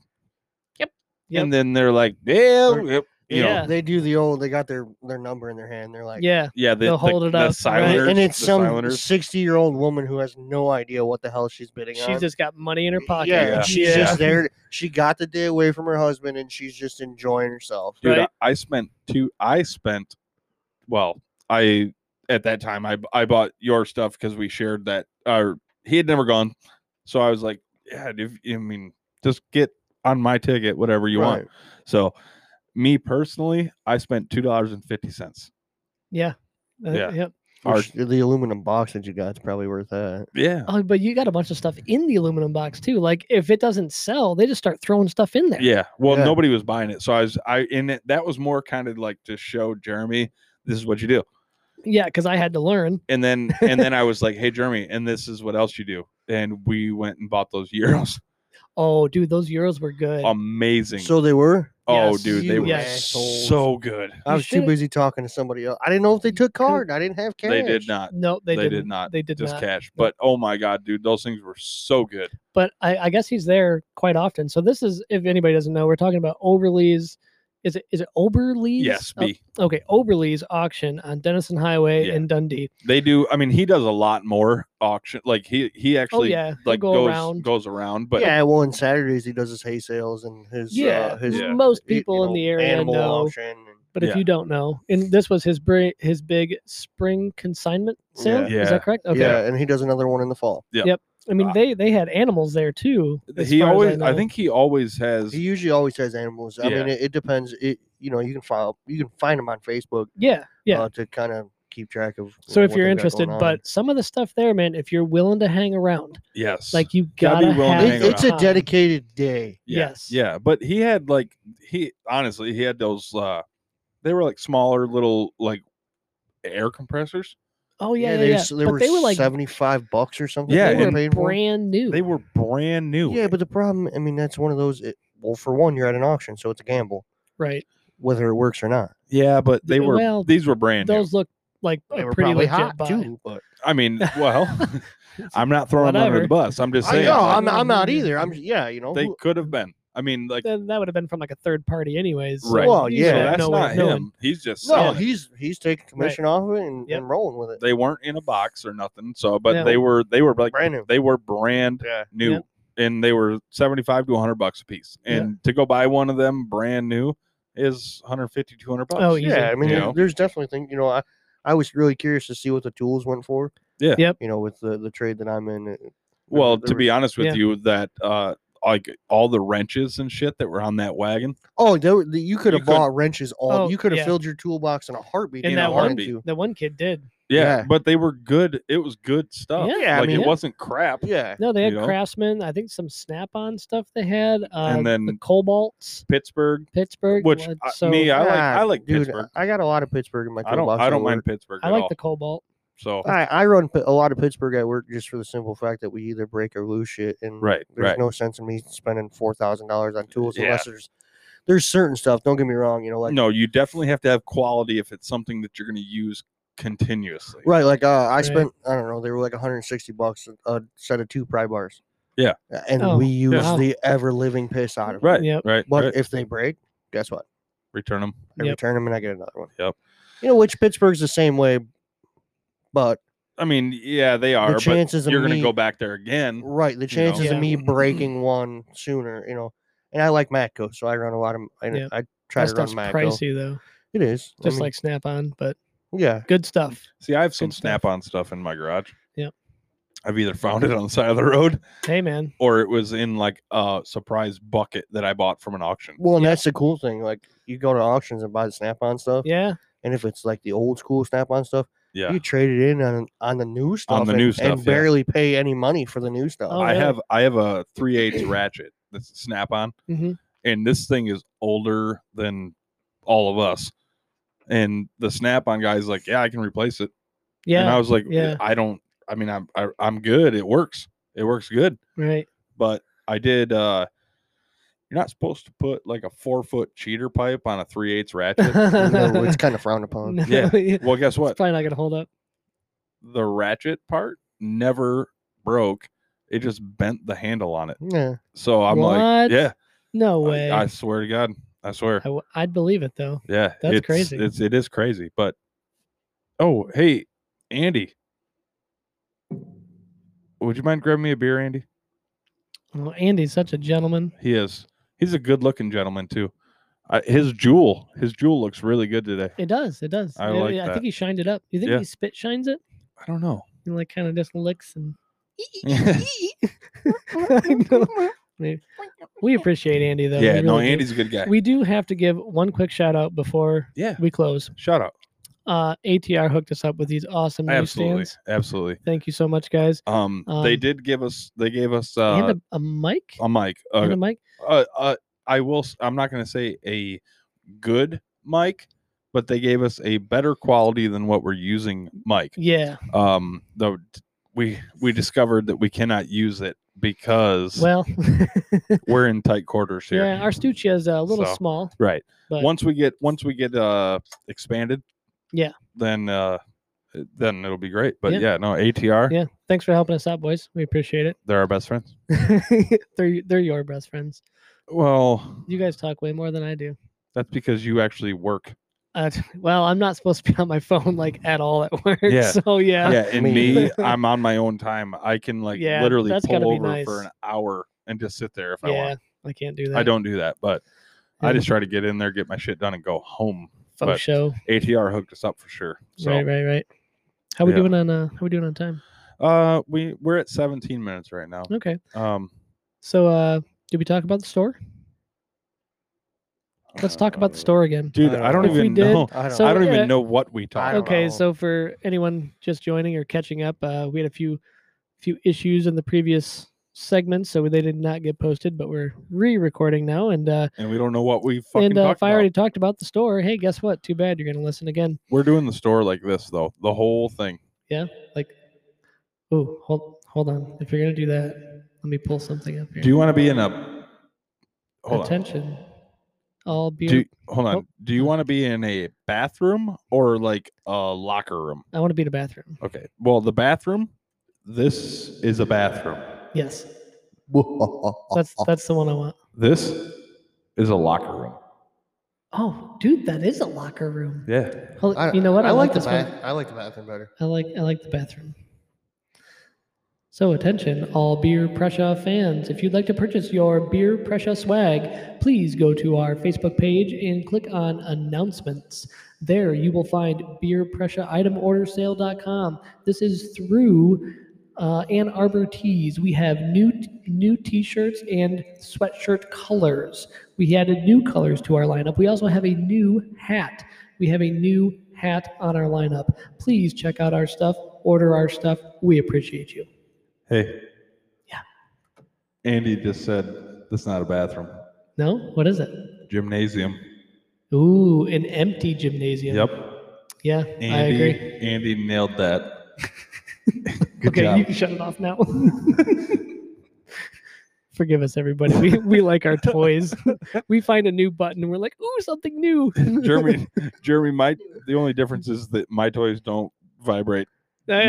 Speaker 3: Yep. Yep.
Speaker 1: And then they're like, yeah,
Speaker 2: Or-
Speaker 1: yep. You
Speaker 3: Yeah.
Speaker 1: know,
Speaker 2: They do the old. They got their their number in their hand. They're like,
Speaker 3: yeah,
Speaker 1: yeah, the,
Speaker 3: They'll
Speaker 1: the,
Speaker 3: hold it
Speaker 1: the
Speaker 3: up, right?
Speaker 1: silenters,
Speaker 2: And it's
Speaker 1: the
Speaker 2: some
Speaker 1: silenters.
Speaker 2: sixty year old woman who has no idea what the hell she's bidding on.
Speaker 3: she's just got money in her pocket.
Speaker 2: Yeah,
Speaker 1: Yeah.
Speaker 2: and she's
Speaker 3: Yeah.
Speaker 2: just there. She got the day away from her husband, and she's just enjoying herself.
Speaker 1: dude
Speaker 3: right?
Speaker 1: I, I spent two i spent well i at that time i, b- I bought your stuff because we shared that or he had never gone so i was like yeah if, i mean just get on my ticket whatever you want so me personally i spent two dollars and fifty cents
Speaker 3: yeah, Uh,
Speaker 1: Yeah.
Speaker 3: yep.
Speaker 1: Our-
Speaker 2: Which, the aluminum box that you got is probably worth that.
Speaker 1: yeah
Speaker 3: Oh, but you got a bunch of stuff in the aluminum box too. Like if it doesn't sell, they just start throwing stuff in there.
Speaker 1: yeah well
Speaker 2: Yeah.
Speaker 1: nobody was buying it so i was i in it that was more kind of like to show jeremy this is what you do
Speaker 3: Yeah, because I had to learn.
Speaker 1: and then and then i was like hey jeremy and this is what else you do and we went and bought those euros
Speaker 3: Oh, dude, those euros were good.
Speaker 1: Oh, amazing
Speaker 2: So they were.
Speaker 1: Oh,
Speaker 3: Yes,
Speaker 1: dude, they
Speaker 2: you
Speaker 1: were
Speaker 2: assholes.
Speaker 1: so good.
Speaker 2: I
Speaker 3: You
Speaker 2: was too
Speaker 3: should've-
Speaker 2: busy talking to somebody else. I didn't know if they took card. I didn't have cash.
Speaker 1: They did not.
Speaker 3: no, they,
Speaker 1: They,
Speaker 3: didn't.
Speaker 1: did not.
Speaker 3: They did
Speaker 1: just
Speaker 3: not.
Speaker 1: cash. But oh my god, dude, those things were so good.
Speaker 3: But I, I guess he's there quite often. So this is, if anybody doesn't know, we're talking about Oberlee's. Is it is it Oberlee's?
Speaker 1: Yes,
Speaker 3: Oh,
Speaker 1: B.
Speaker 3: okay, Oberlee's auction on Dennison Highway
Speaker 1: Yeah.
Speaker 3: in Dundee.
Speaker 1: They do. I mean, he does a lot more auction. Like he he
Speaker 3: Oh
Speaker 1: actually
Speaker 3: yeah, he'll
Speaker 1: like
Speaker 3: go
Speaker 1: goes
Speaker 3: around.
Speaker 1: goes around. But
Speaker 2: yeah, well, on Saturdays he does his hay sales and his
Speaker 3: yeah,
Speaker 2: uh, his
Speaker 1: Yeah.
Speaker 3: most
Speaker 2: y- you
Speaker 3: people in
Speaker 2: know,
Speaker 3: the area
Speaker 2: animal
Speaker 3: know.
Speaker 2: auction. and-
Speaker 3: But if
Speaker 1: Yeah.
Speaker 3: you don't know, and this was his br- his big spring consignment sale.
Speaker 2: Yeah.
Speaker 3: Is
Speaker 1: Yeah.
Speaker 3: that correct? Okay.
Speaker 2: Yeah, and he does another one in the fall.
Speaker 3: I mean,
Speaker 1: Uh,
Speaker 3: they they had animals there too. as
Speaker 1: he
Speaker 3: far as
Speaker 1: always. I,
Speaker 3: know.
Speaker 1: think he always has.
Speaker 2: He usually always has animals. I
Speaker 1: Yeah.
Speaker 2: mean, it, it depends. It you know you can follow you can find them on Facebook.
Speaker 3: Yeah, yeah.
Speaker 2: uh, to kind of keep track of. you
Speaker 3: so
Speaker 2: know,
Speaker 3: if
Speaker 2: what
Speaker 3: you're
Speaker 2: they've got
Speaker 3: interested,
Speaker 2: going on.
Speaker 3: but some of the stuff there, man, if you're willing to hang around,
Speaker 1: yes.
Speaker 3: like you
Speaker 1: Gotta
Speaker 3: gotta,
Speaker 1: be willing to
Speaker 3: have
Speaker 1: hang
Speaker 2: It- it's a
Speaker 3: time.
Speaker 2: dedicated day.
Speaker 1: yeah,
Speaker 3: yes.
Speaker 1: Yeah, but he had like he honestly he had those. uh They were like smaller little like air compressors.
Speaker 3: Oh yeah, yeah.
Speaker 2: they,
Speaker 3: yeah.
Speaker 2: s- They
Speaker 3: but
Speaker 2: were
Speaker 3: they were like
Speaker 2: seventy-five bucks or something.
Speaker 1: Yeah,
Speaker 3: they
Speaker 2: that we
Speaker 3: were
Speaker 1: and-
Speaker 2: paid for.
Speaker 3: brand new.
Speaker 1: They were brand new.
Speaker 2: Yeah, but the problem, I mean, that's one of those. It, well, for one, you're at an auction, so it's a gamble
Speaker 3: right.
Speaker 2: whether it works or not.
Speaker 1: yeah, but they were.
Speaker 3: Well,
Speaker 1: these were brand new.
Speaker 3: Those look like
Speaker 2: They
Speaker 3: a
Speaker 2: were
Speaker 3: Oh, pretty
Speaker 2: probably
Speaker 3: legit
Speaker 2: hot
Speaker 3: buy.
Speaker 2: too, but
Speaker 1: I mean, well, I'm not throwing them under
Speaker 3: Whatever.
Speaker 1: the bus. I'm just
Speaker 2: I
Speaker 1: saying
Speaker 2: know
Speaker 1: like,
Speaker 2: I'm, I'm not either. I'm yeah, you know.
Speaker 1: they
Speaker 2: who-
Speaker 1: could have been. I mean, like,
Speaker 3: Then that would have been from like a third party, anyways. so
Speaker 1: Right.
Speaker 2: Well,
Speaker 3: you
Speaker 1: so
Speaker 2: yeah,
Speaker 3: have
Speaker 1: that's
Speaker 3: no way
Speaker 1: not
Speaker 3: of
Speaker 1: him.
Speaker 3: knowing.
Speaker 1: He's just
Speaker 2: no,
Speaker 1: selling it.
Speaker 2: he's he's taking commission off of it and,
Speaker 3: Yep.
Speaker 2: and rolling with it.
Speaker 1: they weren't in a box or nothing. So, but
Speaker 3: No.
Speaker 1: they were they were like
Speaker 2: Brand new.
Speaker 1: they were brand
Speaker 2: Yeah.
Speaker 1: new,
Speaker 3: Yeah.
Speaker 1: and they were seventy five to one hundred bucks a piece.
Speaker 3: Yeah.
Speaker 1: And to go buy one of them brand new is 150 200 bucks.
Speaker 3: Oh, easy.
Speaker 2: Yeah, I mean,
Speaker 1: You
Speaker 2: there-
Speaker 1: know?
Speaker 2: there's definitely things. You know, I I was really curious to see what the tools went for.
Speaker 1: Yeah.
Speaker 3: Yep.
Speaker 2: You know, with the the trade that I'm in. it-
Speaker 1: Well,
Speaker 2: there
Speaker 1: to
Speaker 2: were-
Speaker 1: be honest with
Speaker 3: Yeah.
Speaker 1: you, that uh, like all the wrenches and shit that were on that wagon.
Speaker 2: Oh, there, were- you could have
Speaker 1: couldn't-
Speaker 2: bought wrenches all.
Speaker 3: Oh,
Speaker 2: you could have
Speaker 3: yeah.
Speaker 2: filled your toolbox in a heartbeat.
Speaker 3: In
Speaker 2: if
Speaker 3: that
Speaker 2: you
Speaker 3: one-
Speaker 2: wanted to.
Speaker 3: The one kid did.
Speaker 1: Yeah,
Speaker 2: Yeah.
Speaker 1: but they were good. It was good stuff.
Speaker 3: Yeah,
Speaker 2: Yeah, I
Speaker 1: Oh, like
Speaker 2: mean-
Speaker 1: it wasn't crap.
Speaker 2: Yeah.
Speaker 3: No, they had
Speaker 1: You know?
Speaker 3: Craftsman. I think some Snap-on stuff they had. Uh,
Speaker 1: And
Speaker 3: the
Speaker 1: then-
Speaker 3: Cobalts.
Speaker 1: Pittsburgh,
Speaker 3: Pittsburgh.
Speaker 1: which
Speaker 3: led-
Speaker 1: I-
Speaker 3: so
Speaker 1: me, I like. I
Speaker 2: Ah,
Speaker 1: like
Speaker 2: dude,
Speaker 1: Pittsburgh.
Speaker 2: I got a lot of Pittsburgh in my
Speaker 1: I don't.
Speaker 2: toolbox.
Speaker 1: I
Speaker 2: at
Speaker 1: don't mind
Speaker 2: work.
Speaker 1: Pittsburgh.
Speaker 3: I
Speaker 1: at
Speaker 3: like
Speaker 1: all.
Speaker 3: the Cobalt.
Speaker 1: So
Speaker 2: I, I run Pit- a lot of Pittsburgh at work just for the simple fact that we either break or lose shit, and
Speaker 1: Right,
Speaker 2: there's
Speaker 1: right.
Speaker 2: no sense in me spending four thousand dollars on tools
Speaker 1: Yeah.
Speaker 2: unless there's there's certain stuff. Don't get me wrong, you know, like
Speaker 1: no, you definitely have to have quality if it's something that you're going to use continuously.
Speaker 2: Right, like uh, I
Speaker 3: Right.
Speaker 2: spent I don't know, they were like 160 bucks a, a set of two pry bars.
Speaker 1: Yeah.
Speaker 2: Uh, and
Speaker 3: Oh,
Speaker 2: we use
Speaker 3: wow.
Speaker 2: the ever living piss out of it.
Speaker 1: Right.
Speaker 3: Yep.
Speaker 1: Right.
Speaker 2: But
Speaker 1: right.
Speaker 2: if they break, guess what?
Speaker 1: Return them.
Speaker 2: I
Speaker 3: Yep.
Speaker 2: return them and I get another one.
Speaker 1: Yep.
Speaker 2: You know, which Pittsburgh's the same way, But
Speaker 1: I mean, yeah, they are.
Speaker 2: the chances
Speaker 1: but
Speaker 2: of
Speaker 1: you're going to
Speaker 2: me-
Speaker 1: go back there again.
Speaker 2: right, the chances
Speaker 3: Yeah.
Speaker 2: of me breaking one sooner, you know. And I like Matco, so I run a lot of. I,
Speaker 3: Yeah.
Speaker 2: I try
Speaker 3: That
Speaker 2: to run
Speaker 3: stuff's
Speaker 2: Matco.
Speaker 3: pricey though,
Speaker 2: It is I
Speaker 3: just
Speaker 2: mean,
Speaker 3: like Snap On, but
Speaker 2: yeah.
Speaker 3: good stuff.
Speaker 1: See, I have some
Speaker 3: Good stuff.
Speaker 1: Snap-on stuff in my garage.
Speaker 3: Yep.
Speaker 1: I've either found it on the side of the road
Speaker 3: Hey man,
Speaker 1: or it was in like a surprise bucket that I bought from an auction.
Speaker 2: Well, and that's the cool thing. Like you go to auctions and buy the Snap-on stuff,
Speaker 3: yeah,
Speaker 2: and if it's like the old school Snap-on stuff,
Speaker 1: Yeah.
Speaker 2: you trade it in on on the new stuff,
Speaker 1: the
Speaker 2: and,
Speaker 1: new
Speaker 2: and
Speaker 1: stuff, yeah.
Speaker 2: barely pay any money for the new stuff.
Speaker 3: Oh,
Speaker 1: I
Speaker 3: really?
Speaker 1: have I have a three eighths ratchet that's snap on,
Speaker 3: Mhm.
Speaker 1: and this thing is older than all of us. And the snap on guy's like, yeah, I can replace it. And I
Speaker 3: yeah,
Speaker 1: was like,
Speaker 3: yeah.
Speaker 1: I don't. I mean, I'm I, I'm good. It works. It works good.
Speaker 3: right.
Speaker 1: But I did. uh You're not supposed to put like a four foot cheater pipe on a three eighths ratchet.
Speaker 2: No, it's kind of frowned upon.
Speaker 3: No,
Speaker 1: Yeah.
Speaker 3: it's
Speaker 1: well, guess what?
Speaker 3: probably not gonna hold up.
Speaker 1: The ratchet part never broke. It just bent the handle on it.
Speaker 2: Yeah,
Speaker 1: So I'm
Speaker 3: What?
Speaker 1: like, yeah,
Speaker 3: No
Speaker 1: I-
Speaker 3: way.
Speaker 1: I,
Speaker 3: I,
Speaker 1: swear to God. I swear.
Speaker 3: w- I'd believe it though.
Speaker 1: Yeah.
Speaker 3: That's
Speaker 1: it's,
Speaker 3: crazy.
Speaker 1: It's it is crazy. But oh hey, Andy. Would you mind grabbing me a beer, Andy?
Speaker 3: Well, Andy's such a gentleman.
Speaker 1: He is. He's a good looking gentleman too. I, his jewel, his jewel looks really good today.
Speaker 3: It does. It does.
Speaker 1: I
Speaker 3: Yeah,
Speaker 1: like
Speaker 3: yeah, I
Speaker 1: that.
Speaker 3: think he shined it up. You think
Speaker 1: Yeah.
Speaker 3: he spit shines it?
Speaker 1: I don't know.
Speaker 3: And like kind of just licks and.
Speaker 1: yeah,
Speaker 3: I know. Maybe. We appreciate Andy though. we
Speaker 1: no,
Speaker 3: really do.
Speaker 1: Andy's a good guy.
Speaker 3: We do have to give one quick shout out before
Speaker 1: yeah.
Speaker 3: we close.
Speaker 1: Shout out.
Speaker 3: Uh, ATR hooked us up with these awesome
Speaker 1: Absolutely.
Speaker 3: newsstands.
Speaker 1: Absolutely.
Speaker 3: Thank you so much, guys.
Speaker 1: Um, they
Speaker 3: Um,
Speaker 1: did give us they gave us uh,
Speaker 3: and a, a mic.
Speaker 1: a, mic. a-
Speaker 3: and a mic.
Speaker 1: uh, uh, I will. s- I'm not going to say a good mic, but they gave us a better quality than what we're using mic.
Speaker 3: Yeah.
Speaker 1: Um, though t- we we discovered that we cannot use it because
Speaker 3: Well,
Speaker 1: we're in tight quarters here.
Speaker 3: yeah, our studio is a little
Speaker 1: So,
Speaker 3: small.
Speaker 1: Right.
Speaker 3: But-
Speaker 1: once we get once we get uh expanded,
Speaker 3: Yeah.
Speaker 1: Then uh, then it'll be great. But
Speaker 3: Yeah.
Speaker 1: yeah, no ATR.
Speaker 3: Yeah. Thanks for helping us out, boys. We appreciate
Speaker 1: They're our best friends.
Speaker 3: it. they're they're your best friends.
Speaker 1: Well,
Speaker 3: You guys talk way more than I do.
Speaker 1: that's because you actually work.
Speaker 3: Uh, well, I'm not supposed to be on my phone like at all at work.
Speaker 1: Yeah.
Speaker 3: So yeah.
Speaker 1: yeah, and
Speaker 2: mean-
Speaker 1: me, I'm on my own time. I can like
Speaker 3: Yeah,
Speaker 1: literally
Speaker 3: that's
Speaker 1: pull
Speaker 3: gotta be
Speaker 1: over for
Speaker 3: nice.
Speaker 1: an hour and just sit there if I
Speaker 3: Yeah,
Speaker 1: want.
Speaker 3: I can't do that.
Speaker 1: I don't do that, but
Speaker 3: Yeah.
Speaker 1: I just try to get in there, get my shit done, and go home.
Speaker 3: Faux
Speaker 1: but-
Speaker 3: show.
Speaker 1: ATR hooked us up for sure. So
Speaker 3: Right, right, right. How we
Speaker 1: Yeah.
Speaker 3: doing on uh how we doing on time?
Speaker 1: uh we we're at 17 minutes right now.
Speaker 3: Okay.
Speaker 1: Um
Speaker 3: So uh did we talk about the store? Let's talk about the
Speaker 1: uh,
Speaker 3: store again.
Speaker 1: Dude,
Speaker 2: I don't
Speaker 1: I don't
Speaker 2: know. If we
Speaker 1: even
Speaker 3: did,
Speaker 1: know.
Speaker 2: I don't.
Speaker 3: So-
Speaker 1: I don't
Speaker 3: yeah.
Speaker 1: even know what we talked
Speaker 2: don't
Speaker 1: about.
Speaker 3: Okay,
Speaker 2: know.
Speaker 3: so for anyone just joining or catching up, uh, we had a few few issues in the previous segments, so they did not get posted, but we're re-recording now. And uh,
Speaker 1: And we don't know what we fucking
Speaker 3: and uh,
Speaker 1: talked
Speaker 3: if I already
Speaker 1: about.
Speaker 3: talked about the store, hey, guess what? Too bad you're gonna listen again.
Speaker 1: We're doing the store like this though. The whole thing.
Speaker 3: Like, oh, hold hold on. If you're gonna do that, let me pull something up here.
Speaker 1: Do you want to be in a Hold on.
Speaker 3: Attention, all beer.
Speaker 1: Do hold on.
Speaker 3: Oh.
Speaker 1: Do you want to be in a bathroom or like a locker room?
Speaker 3: I want to be in a bathroom.
Speaker 1: Okay. Well, the bathroom. This is a bathroom.
Speaker 3: Yes, that's that's the one I want.
Speaker 1: This is a locker room.
Speaker 3: Oh, dude, that is a locker room.
Speaker 1: Yeah.
Speaker 3: Hold-
Speaker 2: I-
Speaker 3: you know what?
Speaker 2: I, like the
Speaker 3: this one.
Speaker 2: bath. I like the bathroom better.
Speaker 3: I like I like the bathroom. So attention, all Beer Prussia fans! If you'd like to purchase your Beer Prussia swag, please go to our Facebook page and click on announcements. There you will find Beer Prussia item order sale.com. This is through uh, Ann Arbor Tees. We have new new T-shirts and sweatshirt colors. We added new colors to our lineup. We also have a new hat. We have a new hat on our lineup. Please check out our stuff. Order our stuff. We appreciate you.
Speaker 1: Hey.
Speaker 3: Yeah.
Speaker 1: Andy just said this is not a bathroom.
Speaker 3: No, what is it?
Speaker 1: Gymnasium.
Speaker 3: Ooh, an empty gymnasium.
Speaker 1: Yep.
Speaker 3: Yeah, I
Speaker 1: Andy.
Speaker 3: agree.
Speaker 1: Andy nailed that. Good
Speaker 3: okay,
Speaker 1: job.
Speaker 3: you can shut it off now. Forgive us, everybody. We, we like our toys. we find a new button and we're like, ooh, something new.
Speaker 1: Jeremy. Jeremy. My. The only difference is that my toys don't vibrate.
Speaker 3: Hey,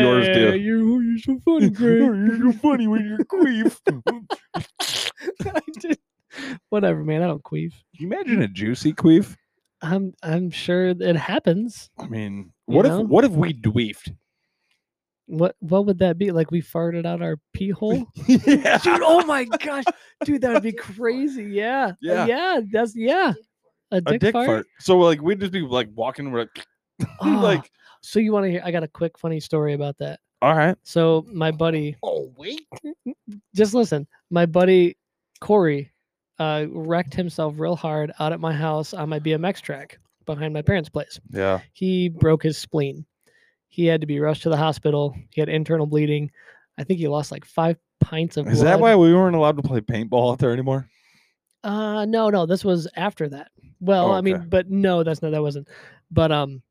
Speaker 1: yours do.
Speaker 3: You, you're so funny, Greg.
Speaker 1: You're funny when you're queef. Can
Speaker 3: I did. Whatever, man. I don't queef.
Speaker 1: you imagine a juicy queef?
Speaker 3: I'm I'm sure it happens.
Speaker 1: I mean,
Speaker 3: You
Speaker 1: what
Speaker 3: know?
Speaker 1: if what if we dweefed?
Speaker 3: What what would that be? Like we farted out our pee hole?
Speaker 1: yeah.
Speaker 3: dude, oh my gosh. Dude, that would be crazy. Yeah. Uh,
Speaker 1: Yeah.
Speaker 3: Yeah. that's yeah. A dick,
Speaker 1: a dick fart.
Speaker 3: fart.
Speaker 1: So like we'd just be like walking, we're like,
Speaker 3: Ah,
Speaker 1: like
Speaker 3: so you want to hear I got a quick funny story about that.
Speaker 1: all right,
Speaker 3: So my buddy
Speaker 2: Oh wait,
Speaker 3: just listen. My buddy Corey uh, wrecked himself real hard out at my house on my BMX track behind my parents' place.
Speaker 1: yeah,
Speaker 3: He broke his spleen. He had to be rushed to the hospital. He had internal bleeding. I think he lost like five pints of
Speaker 1: is
Speaker 3: blood.
Speaker 1: that why we weren't allowed to play paintball out there anymore?
Speaker 3: Uh, no, no, this was after that. Well,
Speaker 1: Oh,
Speaker 3: I mean,
Speaker 1: okay.
Speaker 3: but no, that's not that wasn't. But um,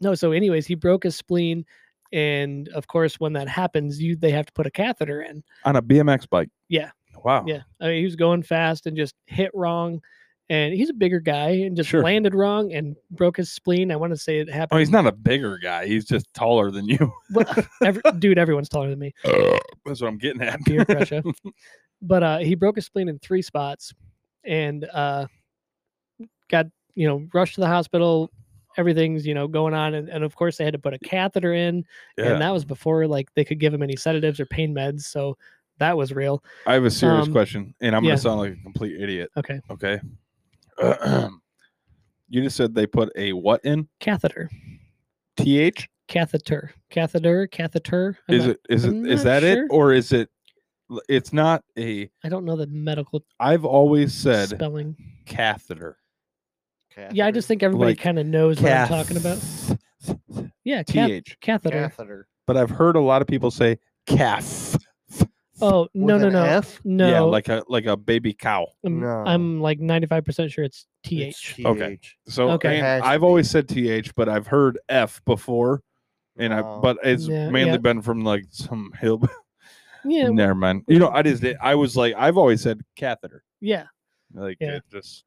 Speaker 3: no. So, anyways, he broke his spleen, and of course, when that happens, you they have to put a catheter in.
Speaker 1: On a BMX bike.
Speaker 3: Yeah.
Speaker 1: Wow.
Speaker 3: Yeah. I mean, he was going fast and just hit wrong. And he's a bigger guy and just
Speaker 1: Sure.
Speaker 3: landed wrong and broke his spleen. I want to say it happened.
Speaker 1: Oh, he's not a bigger guy. He's just taller than you.
Speaker 3: Well, every, dude, everyone's taller than me.
Speaker 1: That's what I'm getting at.
Speaker 3: Peer pressure. But uh, he broke his spleen in three spots and uh, got, you know, rushed to the hospital. Everything's, you know, going on. And, and of course, they had to put a catheter in.
Speaker 1: yeah.
Speaker 3: And that was before, like, they could give him any sedatives or pain meds. So that was real.
Speaker 1: I have a serious
Speaker 3: um,
Speaker 1: question, and I'm
Speaker 3: yeah.
Speaker 1: gonna sound like a complete idiot.
Speaker 3: Okay.
Speaker 1: Okay. you just said they put a what in?
Speaker 3: Catheter.
Speaker 1: Th?
Speaker 3: Catheter. Catheter. Catheter. I'm
Speaker 1: Is
Speaker 3: not-
Speaker 1: it is it
Speaker 3: I'm
Speaker 1: is
Speaker 3: not
Speaker 1: that
Speaker 3: sure.
Speaker 1: it or is it? It's not a.
Speaker 3: I don't know the medical
Speaker 1: I've always said
Speaker 3: spelling.
Speaker 1: catheter.
Speaker 3: Yeah, I just think everybody
Speaker 1: Like,
Speaker 3: kind of knows what I'm talking about.
Speaker 1: about.
Speaker 3: Yeah, cath-
Speaker 1: Th.
Speaker 3: catheter.
Speaker 2: catheter.
Speaker 1: But I've heard a lot of people say calf.
Speaker 3: Oh no
Speaker 2: With
Speaker 3: no
Speaker 2: an
Speaker 3: no
Speaker 2: F?
Speaker 3: no!
Speaker 1: Yeah, like a like a baby cow.
Speaker 3: I'm,
Speaker 2: No.
Speaker 3: I'm like 95 percent sure it's th.
Speaker 2: It's
Speaker 1: Okay.
Speaker 2: TH.
Speaker 1: So
Speaker 3: Okay.
Speaker 1: and
Speaker 2: Has to
Speaker 1: I've
Speaker 2: be.
Speaker 1: always said th, but I've heard f before, and I
Speaker 2: No.
Speaker 1: but it's
Speaker 3: Yeah,
Speaker 1: mainly
Speaker 3: yeah.
Speaker 1: been from like some hill.
Speaker 3: yeah w-
Speaker 1: Never mind. You know, I just did- I was like I've always said catheter.
Speaker 3: yeah.
Speaker 1: Like
Speaker 3: Yeah.
Speaker 1: it just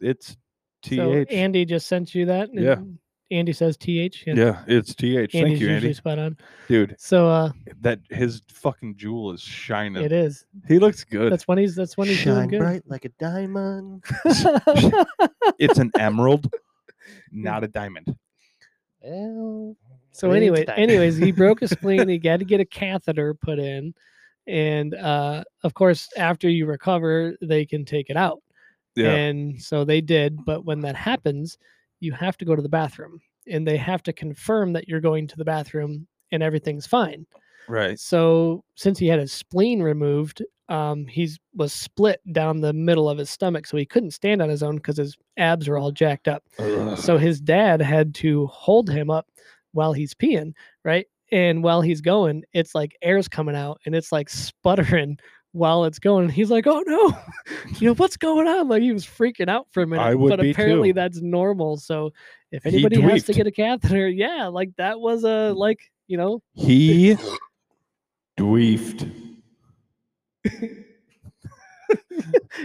Speaker 1: it's th.
Speaker 3: So Andy just sent you that.
Speaker 1: Yeah.
Speaker 3: and Andy says th. and
Speaker 1: yeah, it's th. Thank
Speaker 3: Andy's
Speaker 1: you,
Speaker 3: usually
Speaker 1: Andy.
Speaker 3: spot on.
Speaker 1: Dude,
Speaker 3: So uh,
Speaker 1: that his fucking jewel is shining.
Speaker 3: it is.
Speaker 1: He looks good.
Speaker 3: That's when he's. That's when he's
Speaker 2: Shine
Speaker 3: doing
Speaker 2: bright like a diamond.
Speaker 3: good.
Speaker 1: it's an emerald, not a diamond.
Speaker 2: Well,
Speaker 3: So
Speaker 2: it is
Speaker 3: anyway,
Speaker 2: diamond.
Speaker 3: anyways, he broke his spleen. He had to get a catheter put in, and uh, of course, after you recover, they can take it out.
Speaker 1: Yeah.
Speaker 3: And so they did. But when that happens, you have to go to the bathroom, and they have to confirm that you're going to the bathroom and everything's fine.
Speaker 1: Right.
Speaker 3: So since he had his spleen removed, um, he's was split down the middle of his stomach, so he couldn't stand on his own because his abs were all jacked up. So his dad had to hold him up while he's peeing, right? And while he's going, it's like air's coming out and it's like sputtering while it's going. And he's like, oh no, you know, what's going on? Like he was freaking out for a minute.
Speaker 1: I would
Speaker 3: but
Speaker 1: be
Speaker 3: apparently
Speaker 1: too.
Speaker 3: that's normal. So if
Speaker 1: He
Speaker 3: anybody has to
Speaker 1: dweeped. Mm.
Speaker 3: get a catheter, yeah, like that was a like, you know,
Speaker 1: He dweefed.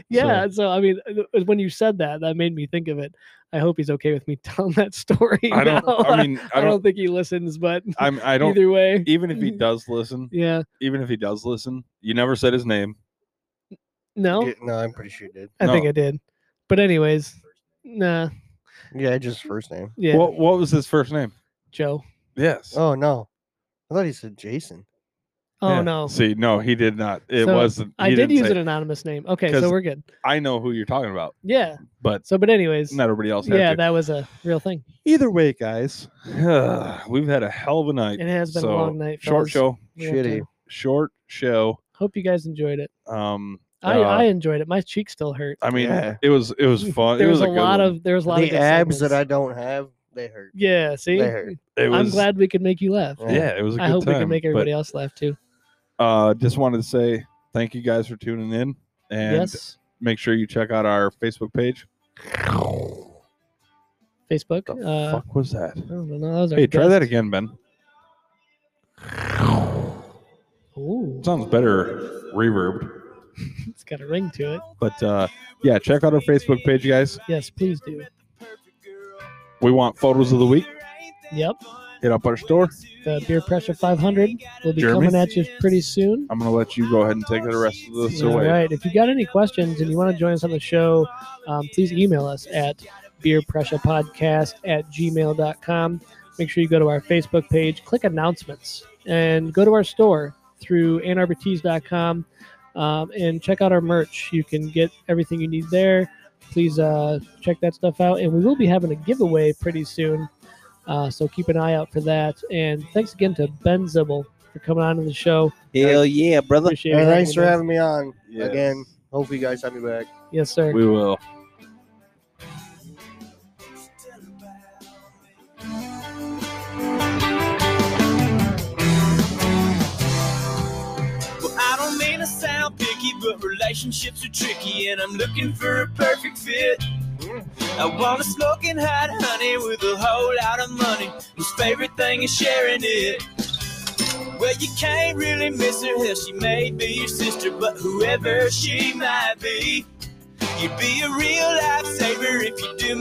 Speaker 3: yeah. So I mean, uh, uh, when you said that, that made me think of it. I hope he's okay with me telling that story.
Speaker 1: I don't.
Speaker 3: now.
Speaker 1: I mean,
Speaker 3: I
Speaker 1: I don't.
Speaker 3: think he listens, but
Speaker 1: I'm. I don't.
Speaker 3: either Mm. way,
Speaker 1: Even if he does listen,
Speaker 3: yeah.
Speaker 1: even if he does listen, you never said his name.
Speaker 3: No,
Speaker 2: yeah, no, I'm pretty sure it did.
Speaker 3: I think
Speaker 1: no.
Speaker 3: I did. But anyways, nah,
Speaker 2: Yeah, just first name.
Speaker 3: yeah,
Speaker 1: What What was his first name?
Speaker 3: Joe.
Speaker 1: Yes.
Speaker 2: Oh no, I thought he said Jason.
Speaker 3: Oh
Speaker 1: Yeah.
Speaker 3: no,
Speaker 1: See, no, he did not. It
Speaker 3: So,
Speaker 1: wasn't.
Speaker 3: I
Speaker 1: he
Speaker 3: did
Speaker 1: didn't
Speaker 3: use
Speaker 1: say-
Speaker 3: an anonymous name. Okay,
Speaker 1: 'Cause-
Speaker 3: so we're good.
Speaker 1: I know who you're talking about,
Speaker 3: Yeah.
Speaker 1: but
Speaker 3: So, but anyways,
Speaker 1: not everybody else. had
Speaker 3: yeah,
Speaker 1: to.
Speaker 3: that was a real thing.
Speaker 1: Either way, guys, we've had a hell of a night.
Speaker 3: It has been a
Speaker 1: So,
Speaker 3: long night.
Speaker 1: Short
Speaker 3: fellas.
Speaker 1: show.
Speaker 3: We have to-
Speaker 2: Shitty.
Speaker 1: Short show.
Speaker 3: Hope you guys enjoyed it.
Speaker 1: Um.
Speaker 3: I,
Speaker 1: uh,
Speaker 3: I enjoyed it. My cheek still hurt.
Speaker 1: I mean,
Speaker 2: Yeah.
Speaker 1: it was it was fun.
Speaker 3: Mm. There
Speaker 1: Uh, it
Speaker 3: was,
Speaker 1: was,
Speaker 3: a lot of there was a lot of
Speaker 2: The
Speaker 3: good
Speaker 2: abs that I
Speaker 3: segments.
Speaker 2: don't have, they hurt.
Speaker 3: Yeah. See,
Speaker 2: They hurt.
Speaker 1: It
Speaker 3: I'm
Speaker 1: was,
Speaker 3: glad we could make you laugh.
Speaker 1: Yeah, it was. a
Speaker 3: I
Speaker 1: good
Speaker 3: hope we
Speaker 1: time,
Speaker 3: can make
Speaker 1: but,
Speaker 3: everybody else laugh too.
Speaker 1: Uh, just wanted to say thank you guys for tuning in, and
Speaker 3: yes.
Speaker 1: make sure you check out our Facebook page.
Speaker 3: Facebook.
Speaker 1: The
Speaker 3: Uh,
Speaker 1: fuck was that?
Speaker 3: I don't know. That was our
Speaker 1: Hey, try that
Speaker 3: guest.
Speaker 1: again, Ben.
Speaker 3: Ooh,
Speaker 1: Sounds better reverbed.
Speaker 3: it's got a ring to it.
Speaker 1: But uh, yeah, check out our Facebook page, guys.
Speaker 3: Yes, please do.
Speaker 1: We want photos of the week.
Speaker 3: Yep.
Speaker 1: Hit up our store.
Speaker 3: The Beer Pressure 500 will be
Speaker 1: Jeremy?
Speaker 3: coming at you pretty soon.
Speaker 1: I'm gonna let you go ahead and take the rest of this
Speaker 3: All
Speaker 1: away.
Speaker 3: right. If you got any questions and you want to join us on the show, um, please email us at beerpressurepodcast at gmail.com. Make sure you go to our Facebook page, click announcements, and go to our store through annarbortees.com um, and check out our merch. You can get everything you need there. Please uh, check that stuff out. And we will be having a giveaway pretty soon. Uh, so keep an eye out for that. And thanks again to Ben Zibble for coming on to the show.
Speaker 9: Hell yeah, brother.
Speaker 3: Appreciate
Speaker 2: And
Speaker 3: it.
Speaker 2: thanks for having me on
Speaker 1: Yes.
Speaker 2: again. Hopefully, you guys have me back.
Speaker 3: Yes, sir.
Speaker 1: We will.
Speaker 5: Well, I don't mean to sound picky, but relationships are tricky, and I'm looking for a perfect fit. I want to smoke and hide honey with a whole lot of money, whose favorite thing is sharing it. Well, you can't really miss her, hell, she may be your sister, but whoever she might be, you'd be a real life